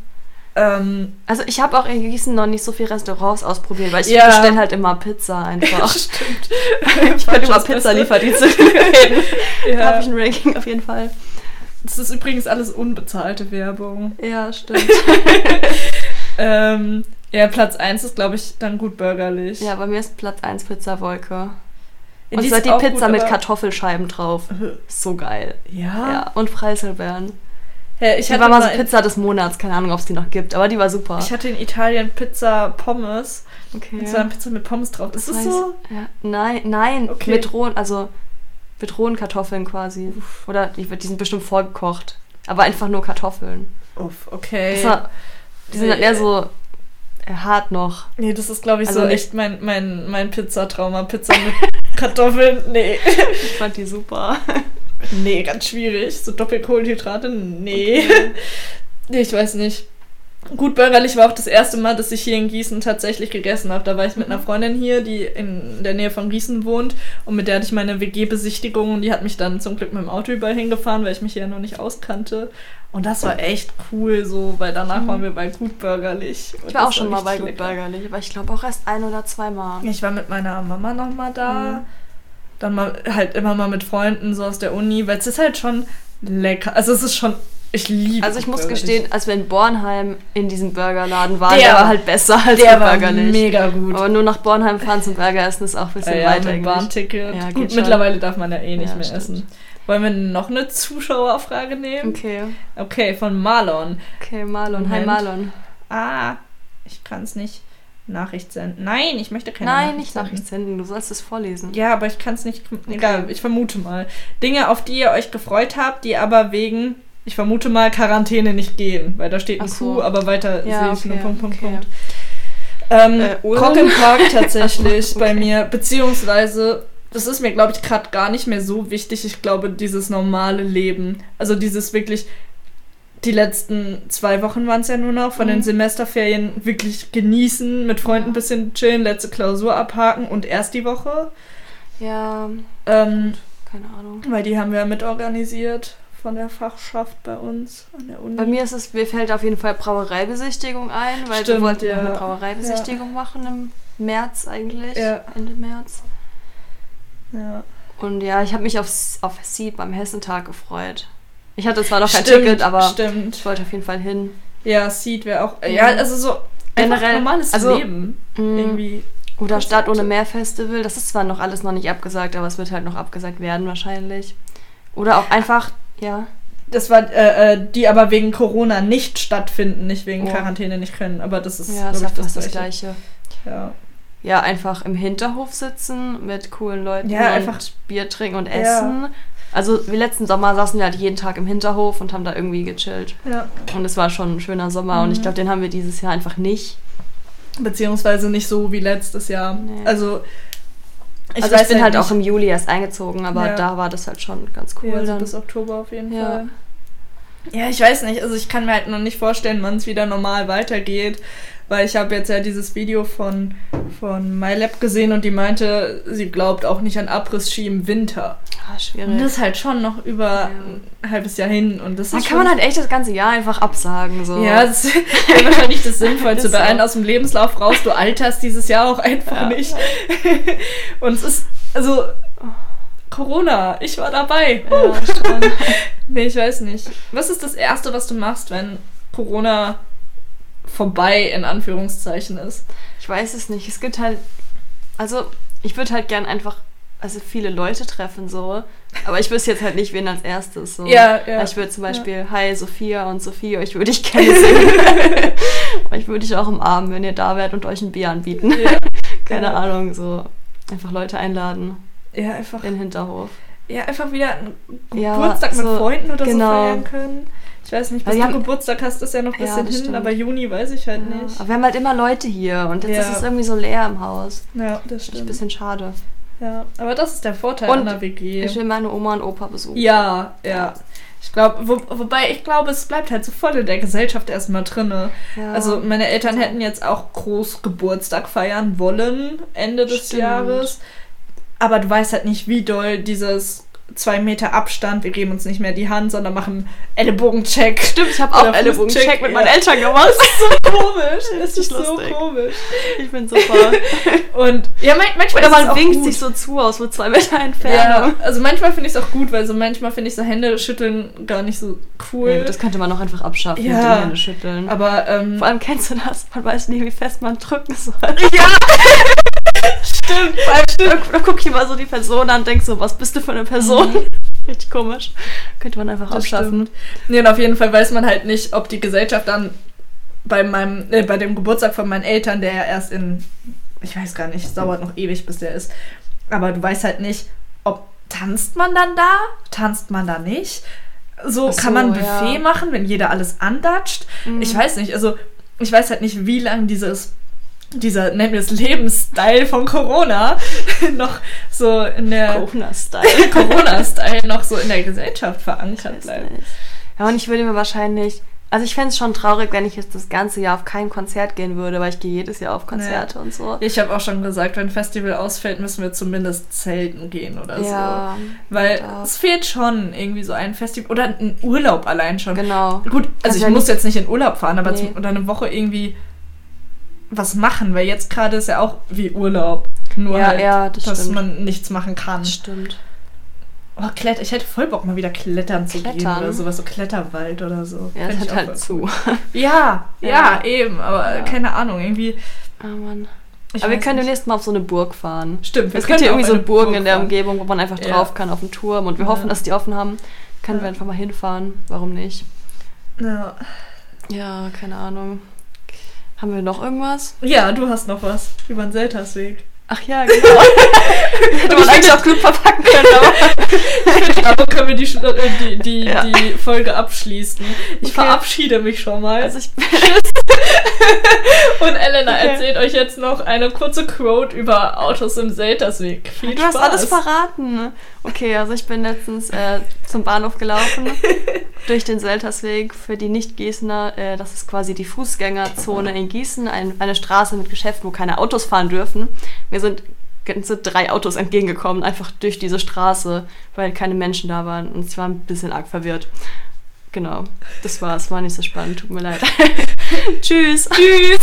Speaker 2: ähm,
Speaker 1: Also ich habe auch in Gießen noch nicht so viele Restaurants ausprobiert, weil ich
Speaker 2: Ja.
Speaker 1: bestelle halt immer Pizza einfach.
Speaker 2: stimmt.
Speaker 1: ich könnte über Pizzalieferdienste reden. Da
Speaker 2: Ja.
Speaker 1: habe ich ein Ranking auf jeden Fall.
Speaker 2: Das ist übrigens alles unbezahlte Werbung.
Speaker 1: Ja, stimmt.
Speaker 2: Ähm, ja, Platz 1 ist, glaube ich, dann gut bürgerlich.
Speaker 1: Ja, bei mir ist Platz 1 Pizzawolke.
Speaker 2: Ja,
Speaker 1: Und
Speaker 2: die
Speaker 1: es hat
Speaker 2: ist
Speaker 1: die
Speaker 2: auch
Speaker 1: Pizza
Speaker 2: gut,
Speaker 1: mit
Speaker 2: aber-
Speaker 1: Kartoffelscheiben drauf. So geil.
Speaker 2: Ja.
Speaker 1: Ja, und Preiselbeeren.
Speaker 2: Hä, ich
Speaker 1: Ich
Speaker 2: hatte
Speaker 1: war mal
Speaker 2: in-
Speaker 1: so Pizza des Monats, keine Ahnung, ob es die noch gibt, aber die war super.
Speaker 2: Ich hatte in Italien Pizza Pommes.
Speaker 1: okay.
Speaker 2: Und zwar eine Pizza mit Pommes drauf. Das, ist
Speaker 1: weiß-
Speaker 2: so.
Speaker 1: Ja. Nein, nein,
Speaker 2: Okay.
Speaker 1: mit rohen, also mit rohen Kartoffeln quasi. Oder die, die sind bestimmt vorgekocht, aber einfach nur Kartoffeln.
Speaker 2: Uff, okay.
Speaker 1: Das war, die sind dann eher so äh, hart noch.
Speaker 2: Nee, das ist, glaube ich,
Speaker 1: Also
Speaker 2: so
Speaker 1: nicht-
Speaker 2: echt mein, mein, mein Pizzatrauma. Pizza mit Kartoffeln, nee.
Speaker 1: Ich fand die super.
Speaker 2: Nee, ganz schwierig. So Doppelkohlenhydrate, nee. Nee, ich weiß nicht. Gut bürgerlich war auch das erste Mal, dass ich hier in Gießen tatsächlich gegessen habe. Da war ich mit
Speaker 1: Mhm.
Speaker 2: einer Freundin hier, die in der Nähe von Gießen wohnt und mit der hatte ich meine WG-Besichtigung und die hat mich dann zum Glück mit dem Auto überall hingefahren, weil ich mich hier noch nicht auskannte. Und das war echt cool so, weil danach waren wir bei Gut bürgerlich. Und
Speaker 1: Mhm. Ich war auch
Speaker 2: das
Speaker 1: schon mal bei
Speaker 2: richtig
Speaker 1: Gut
Speaker 2: lecker.
Speaker 1: Burgerlich, aber ich glaube auch erst ein oder zweimal.
Speaker 2: Ich war mit meiner Mama noch mal da.
Speaker 1: Mhm.
Speaker 2: Dann mal, halt immer mal mit Freunden so aus der Uni, weil es ist halt schon lecker. Also es ist schon, ich liebe
Speaker 1: Also ich muss
Speaker 2: Burgerlich.
Speaker 1: gestehen, als wir in Bornheim in diesem Burgerladen waren,
Speaker 2: Der
Speaker 1: der,
Speaker 2: war-
Speaker 1: war halt besser als
Speaker 2: der
Speaker 1: Gut
Speaker 2: war
Speaker 1: Burgerlich.
Speaker 2: mega gut.
Speaker 1: Aber nur nach Bornheim fahren zum Burger essen ist auch ein bisschen
Speaker 2: Äh, ja,
Speaker 1: weit
Speaker 2: mit
Speaker 1: eigentlich.
Speaker 2: Bahnticket.
Speaker 1: Ja, geht
Speaker 2: gut,
Speaker 1: schon.
Speaker 2: mittlerweile darf man ja eh nicht
Speaker 1: Ja,
Speaker 2: mehr
Speaker 1: stimmt.
Speaker 2: essen. Wollen wir noch eine Zuschauerfrage nehmen?
Speaker 1: Okay,
Speaker 2: Okay, von Marlon.
Speaker 1: okay, Marlon. Hi
Speaker 2: Moment.
Speaker 1: Marlon.
Speaker 2: Ah, ich kann es nicht. Nachricht senden. Nein, ich möchte keine
Speaker 1: Nein,
Speaker 2: Nachricht
Speaker 1: nicht
Speaker 2: senden.
Speaker 1: Nachricht senden, du sollst es vorlesen.
Speaker 2: Ja, aber ich kann es nicht. Egal, ich vermute mal. Dinge, auf die ihr euch gefreut habt, die aber wegen, ich vermute mal, Quarantäne nicht gehen. Weil da steht ein
Speaker 1: Ach so.
Speaker 2: Q, aber weiter sehe ich nur Punkt, Punkt,
Speaker 1: okay.
Speaker 2: Punkt. Ähm,
Speaker 1: Äh, Ulm?
Speaker 2: Cock and Park tatsächlich
Speaker 1: Ach, okay.
Speaker 2: bei mir, beziehungsweise, das ist mir, glaube ich, gerade gar nicht mehr so wichtig. Ich glaube, dieses normale Leben, also dieses wirklich, die letzten zwei Wochen waren es ja nur noch, von
Speaker 1: Mhm.
Speaker 2: den Semesterferien wirklich genießen, mit Freunden ein
Speaker 1: Ja.
Speaker 2: bisschen chillen, letzte Klausur abhaken und erst die Woche.
Speaker 1: Ja,
Speaker 2: Ähm,
Speaker 1: keine Ahnung.
Speaker 2: weil die haben wir mitorganisiert von der Fachschaft bei uns an der Uni.
Speaker 1: Bei mir ist es, mir fällt auf jeden Fall Brauereibesichtigung ein, weil
Speaker 2: Stimmt,
Speaker 1: wir wollten
Speaker 2: ja.
Speaker 1: ja. eine Brauereibesichtigung machen im März eigentlich,
Speaker 2: Ja.
Speaker 1: Ende März.
Speaker 2: ja.
Speaker 1: Und ja, ich habe mich auf, auf Seed beim Hessentag gefreut. Ich hatte zwar noch kein
Speaker 2: Stimmt,
Speaker 1: Ticket, aber ich
Speaker 2: stimmt.
Speaker 1: wollte auf jeden Fall hin.
Speaker 2: Ja, Seed wäre auch. Ja, also so generell
Speaker 1: Mhm. Generell,
Speaker 2: normales
Speaker 1: also,
Speaker 2: Leben
Speaker 1: Mm.
Speaker 2: irgendwie.
Speaker 1: Oder
Speaker 2: Konzerte.
Speaker 1: Stadt ohne Meer Festival, das ist zwar noch alles noch nicht abgesagt, aber es wird halt noch abgesagt werden wahrscheinlich. Oder auch einfach, ja.
Speaker 2: Das war äh, äh, die aber wegen Corona nicht stattfinden, nicht wegen
Speaker 1: Ja.
Speaker 2: Quarantäne nicht können. Aber das ist
Speaker 1: Oh. Ja, es
Speaker 2: glaub
Speaker 1: ist
Speaker 2: ich,
Speaker 1: fast das Gleiche.
Speaker 2: Ja.
Speaker 1: Ja, einfach im Hinterhof sitzen mit coolen Leuten
Speaker 2: Ja,
Speaker 1: und
Speaker 2: einfach-
Speaker 1: Bier trinken und
Speaker 2: Ja.
Speaker 1: essen. Also wie letzten Sommer saßen wir halt jeden Tag im Hinterhof und haben da irgendwie gechillt.
Speaker 2: ja.
Speaker 1: Und es war schon ein schöner Sommer und ich
Speaker 2: Mhm.
Speaker 1: glaube, den haben wir dieses Jahr einfach nicht.
Speaker 2: Beziehungsweise nicht so wie letztes Jahr.
Speaker 1: Nee.
Speaker 2: Also ich,
Speaker 1: also
Speaker 2: weiß
Speaker 1: ich bin halt,
Speaker 2: nicht.
Speaker 1: auch im Juli erst eingezogen, aber
Speaker 2: Ja.
Speaker 1: da war das halt schon ganz cool.
Speaker 2: Ja, also
Speaker 1: dann.
Speaker 2: bis Oktober auf jeden
Speaker 1: Ja.
Speaker 2: Fall. Ja, ich weiß nicht. Also ich kann mir halt noch nicht vorstellen, wann es wieder normal weitergeht. Weil ich habe jetzt ja dieses Video von, von MyLab gesehen und die meinte, sie glaubt auch nicht an Abriss-Ski im Winter.
Speaker 1: Ah, schwierig.
Speaker 2: Und das ist halt schon noch über ein halbes Jahr hin. Und das
Speaker 1: da
Speaker 2: ist
Speaker 1: kann
Speaker 2: schon,
Speaker 1: man halt echt das ganze Jahr einfach absagen. So.
Speaker 2: Ja, das ist wahrscheinlich das Sinnvollste.
Speaker 1: Ist so.
Speaker 2: Bei allen aus dem Lebenslauf raus, du alterst dieses Jahr auch einfach
Speaker 1: Ja.
Speaker 2: nicht. Und es ist, also, Corona, ich war dabei.
Speaker 1: Ja, schon.
Speaker 2: Nee, ich weiß nicht. Was ist das Erste, was du machst, wenn Corona vorbei in Anführungszeichen ist?
Speaker 1: Ich weiß es nicht. Es gibt halt. Also, ich würde halt gern einfach. Also, viele Leute treffen, so. Aber ich wüsste jetzt halt nicht, wen als erstes. So.
Speaker 2: Ja, ja.
Speaker 1: Weil Ich würde zum Beispiel, hi Sophia und Sophia, ich würde dich kennenlernen. ich würde dich auch umarmen, wenn ihr da wärt und euch ein Bier anbieten.
Speaker 2: Ja,
Speaker 1: Keine
Speaker 2: genau.
Speaker 1: Ahnung, so. Einfach Leute einladen
Speaker 2: Ja, einfach,
Speaker 1: in den Hinterhof.
Speaker 2: ja, einfach wieder einen
Speaker 1: Ja,
Speaker 2: Geburtstag mit
Speaker 1: so,
Speaker 2: Freunden oder
Speaker 1: genau.
Speaker 2: so feiern können. Ich weiß nicht, bis
Speaker 1: Weil wir
Speaker 2: du
Speaker 1: haben-
Speaker 2: Geburtstag hast, ist ja noch ein
Speaker 1: Ja,
Speaker 2: bisschen
Speaker 1: das
Speaker 2: hin,
Speaker 1: stimmt.
Speaker 2: aber Juni weiß ich halt nicht.
Speaker 1: Aber wir haben halt immer Leute hier und jetzt
Speaker 2: Ja.
Speaker 1: ist es irgendwie so leer im Haus.
Speaker 2: Ja, das
Speaker 1: Finde ich ein
Speaker 2: stimmt.
Speaker 1: bisschen schade.
Speaker 2: ja, aber das ist der Vorteil
Speaker 1: Und
Speaker 2: einer WG.
Speaker 1: Ich will meine Oma und Opa besuchen.
Speaker 2: Ja, ja. Ich glaube, wo, wobei ich glaube, es bleibt halt so voll in der Gesellschaft erstmal drinne.
Speaker 1: Ja.
Speaker 2: Also meine Eltern hätten jetzt auch groß Geburtstag feiern wollen Ende des
Speaker 1: Stimmt.
Speaker 2: Jahres, aber du weißt halt nicht, wie doll dieses zwei Meter Abstand. Wir geben uns nicht mehr die Hand, sondern machen Ellenbogencheck.
Speaker 1: Stimmt, ich habe
Speaker 2: Oder
Speaker 1: auch Ellenbogencheck
Speaker 2: Fußcheck,
Speaker 1: mit
Speaker 2: ja.
Speaker 1: meinen Eltern gemacht.
Speaker 2: Komisch, es ist
Speaker 1: Richtig
Speaker 2: so
Speaker 1: lustig.
Speaker 2: komisch.
Speaker 1: Ich bin super.
Speaker 2: Und ja, man, manchmal
Speaker 1: Oder
Speaker 2: ist es
Speaker 1: man
Speaker 2: auch
Speaker 1: winkt
Speaker 2: gut.
Speaker 1: sich so zu aus mit zwei Meter
Speaker 2: Ja,
Speaker 1: Entfernung.
Speaker 2: also manchmal finde ich es auch gut, weil so manchmal finde ich so Hände schütteln gar nicht so cool.
Speaker 1: Das könnte man auch einfach abschaffen,
Speaker 2: Ja.
Speaker 1: die Hände schütteln.
Speaker 2: aber ähm,
Speaker 1: Vor allem kennst du das, man weiß nie, wie fest man drücken soll.
Speaker 2: stimmt,
Speaker 1: Da, da guck ich mal so die Person an und denk so, was bist du für eine Person? Richtig komisch. Könnte man einfach
Speaker 2: Das
Speaker 1: abschaffen.
Speaker 2: Nee, und auf jeden Fall weiß man halt nicht, ob die Gesellschaft dann bei meinem, äh, bei dem Geburtstag von meinen Eltern, der ja erst in, ich weiß gar nicht, es dauert noch ewig, bis der ist. Aber du weißt halt nicht, ob tanzt man dann da, tanzt man da nicht. So,
Speaker 1: Ach so,
Speaker 2: kann man ein Buffet
Speaker 1: ja. Mhm.
Speaker 2: machen, wenn jeder alles andatscht. Ich weiß nicht, also ich weiß halt nicht, wie lang dieses dieser, nennen wir es Lebensstil von Corona, noch so in der
Speaker 1: Corona-Style.
Speaker 2: Corona-Style noch so in der Gesellschaft verankert
Speaker 1: Weiß
Speaker 2: bleibt.
Speaker 1: nicht. Ja, und ich würde mir wahrscheinlich. Also ich fände es schon traurig, wenn ich jetzt das ganze Jahr auf kein Konzert gehen würde, weil ich gehe jedes Jahr auf Konzerte und so.
Speaker 2: Ich habe auch schon gesagt, wenn Festival ausfällt, müssen wir zumindest zelten gehen oder
Speaker 1: ja,
Speaker 2: so. Weil
Speaker 1: darf.
Speaker 2: es fehlt schon irgendwie so ein Festival oder ein Urlaub allein schon.
Speaker 1: genau.
Speaker 2: Gut,
Speaker 1: Kannst
Speaker 2: also
Speaker 1: ja
Speaker 2: ich muss jetzt nicht in Urlaub fahren, aber
Speaker 1: Nee.
Speaker 2: zum, oder eine Woche irgendwie was machen, weil jetzt gerade ist ja auch wie Urlaub. Nur
Speaker 1: Ja,
Speaker 2: halt,
Speaker 1: ja, das
Speaker 2: dass
Speaker 1: stimmt.
Speaker 2: man nichts machen kann.
Speaker 1: Stimmt.
Speaker 2: Oh, Klett, ich hätte voll Bock, mal wieder klettern zu gehen
Speaker 1: Klettern?
Speaker 2: oder sowas, so Kletterwald oder so.
Speaker 1: Ja, das
Speaker 2: Fänd ich
Speaker 1: hat
Speaker 2: auch
Speaker 1: halt
Speaker 2: voll
Speaker 1: zu.
Speaker 2: cool. Ja, ja,
Speaker 1: Ja.
Speaker 2: eben, aber
Speaker 1: Ja.
Speaker 2: keine Ahnung, irgendwie.
Speaker 1: Oh Mann.
Speaker 2: ich
Speaker 1: Aber wir
Speaker 2: weiß
Speaker 1: können
Speaker 2: nicht.
Speaker 1: demnächst mal auf so eine Burg fahren.
Speaker 2: Stimmt, wir
Speaker 1: es gibt
Speaker 2: könnten
Speaker 1: hier
Speaker 2: auf
Speaker 1: irgendwie so
Speaker 2: eine
Speaker 1: Burgen in der
Speaker 2: fahren.
Speaker 1: Umgebung, wo man einfach
Speaker 2: Ja.
Speaker 1: drauf kann auf dem Turm und wir
Speaker 2: Ja.
Speaker 1: hoffen, dass die offen haben. Können
Speaker 2: Ja.
Speaker 1: wir einfach mal hinfahren. Warum nicht?
Speaker 2: Ja.
Speaker 1: Ja, keine Ahnung. Haben wir noch irgendwas?
Speaker 2: Ja, du hast noch was über den Seltersweg.
Speaker 1: Ach ja, genau. Hätte man eigentlich auch gut verpacken können, aber.
Speaker 2: Aber können wir die, Schlu- äh, die, die,
Speaker 1: Ja.
Speaker 2: die Folge abschließen? Ich
Speaker 1: Okay.
Speaker 2: verabschiede mich schon mal.
Speaker 1: Also ich,
Speaker 2: Und Elena
Speaker 1: Okay.
Speaker 2: erzählt euch jetzt noch eine kurze Quote über Autos im Seltersweg. Viel
Speaker 1: du
Speaker 2: Spaß.
Speaker 1: hast alles verraten. Okay, also ich bin letztens äh, zum Bahnhof gelaufen, durch den Seltersweg für die Nicht-Gießener. Äh, das ist quasi die Fußgängerzone in Gießen, ein, eine Straße mit Geschäften, wo keine Autos fahren dürfen. Mir sind ganze drei Autos entgegengekommen, einfach durch diese Straße, weil keine Menschen da waren. Und ich war ein bisschen arg verwirrt. Genau, das war's. War nicht so spannend. Tut mir leid. Tschüss. Tschüss.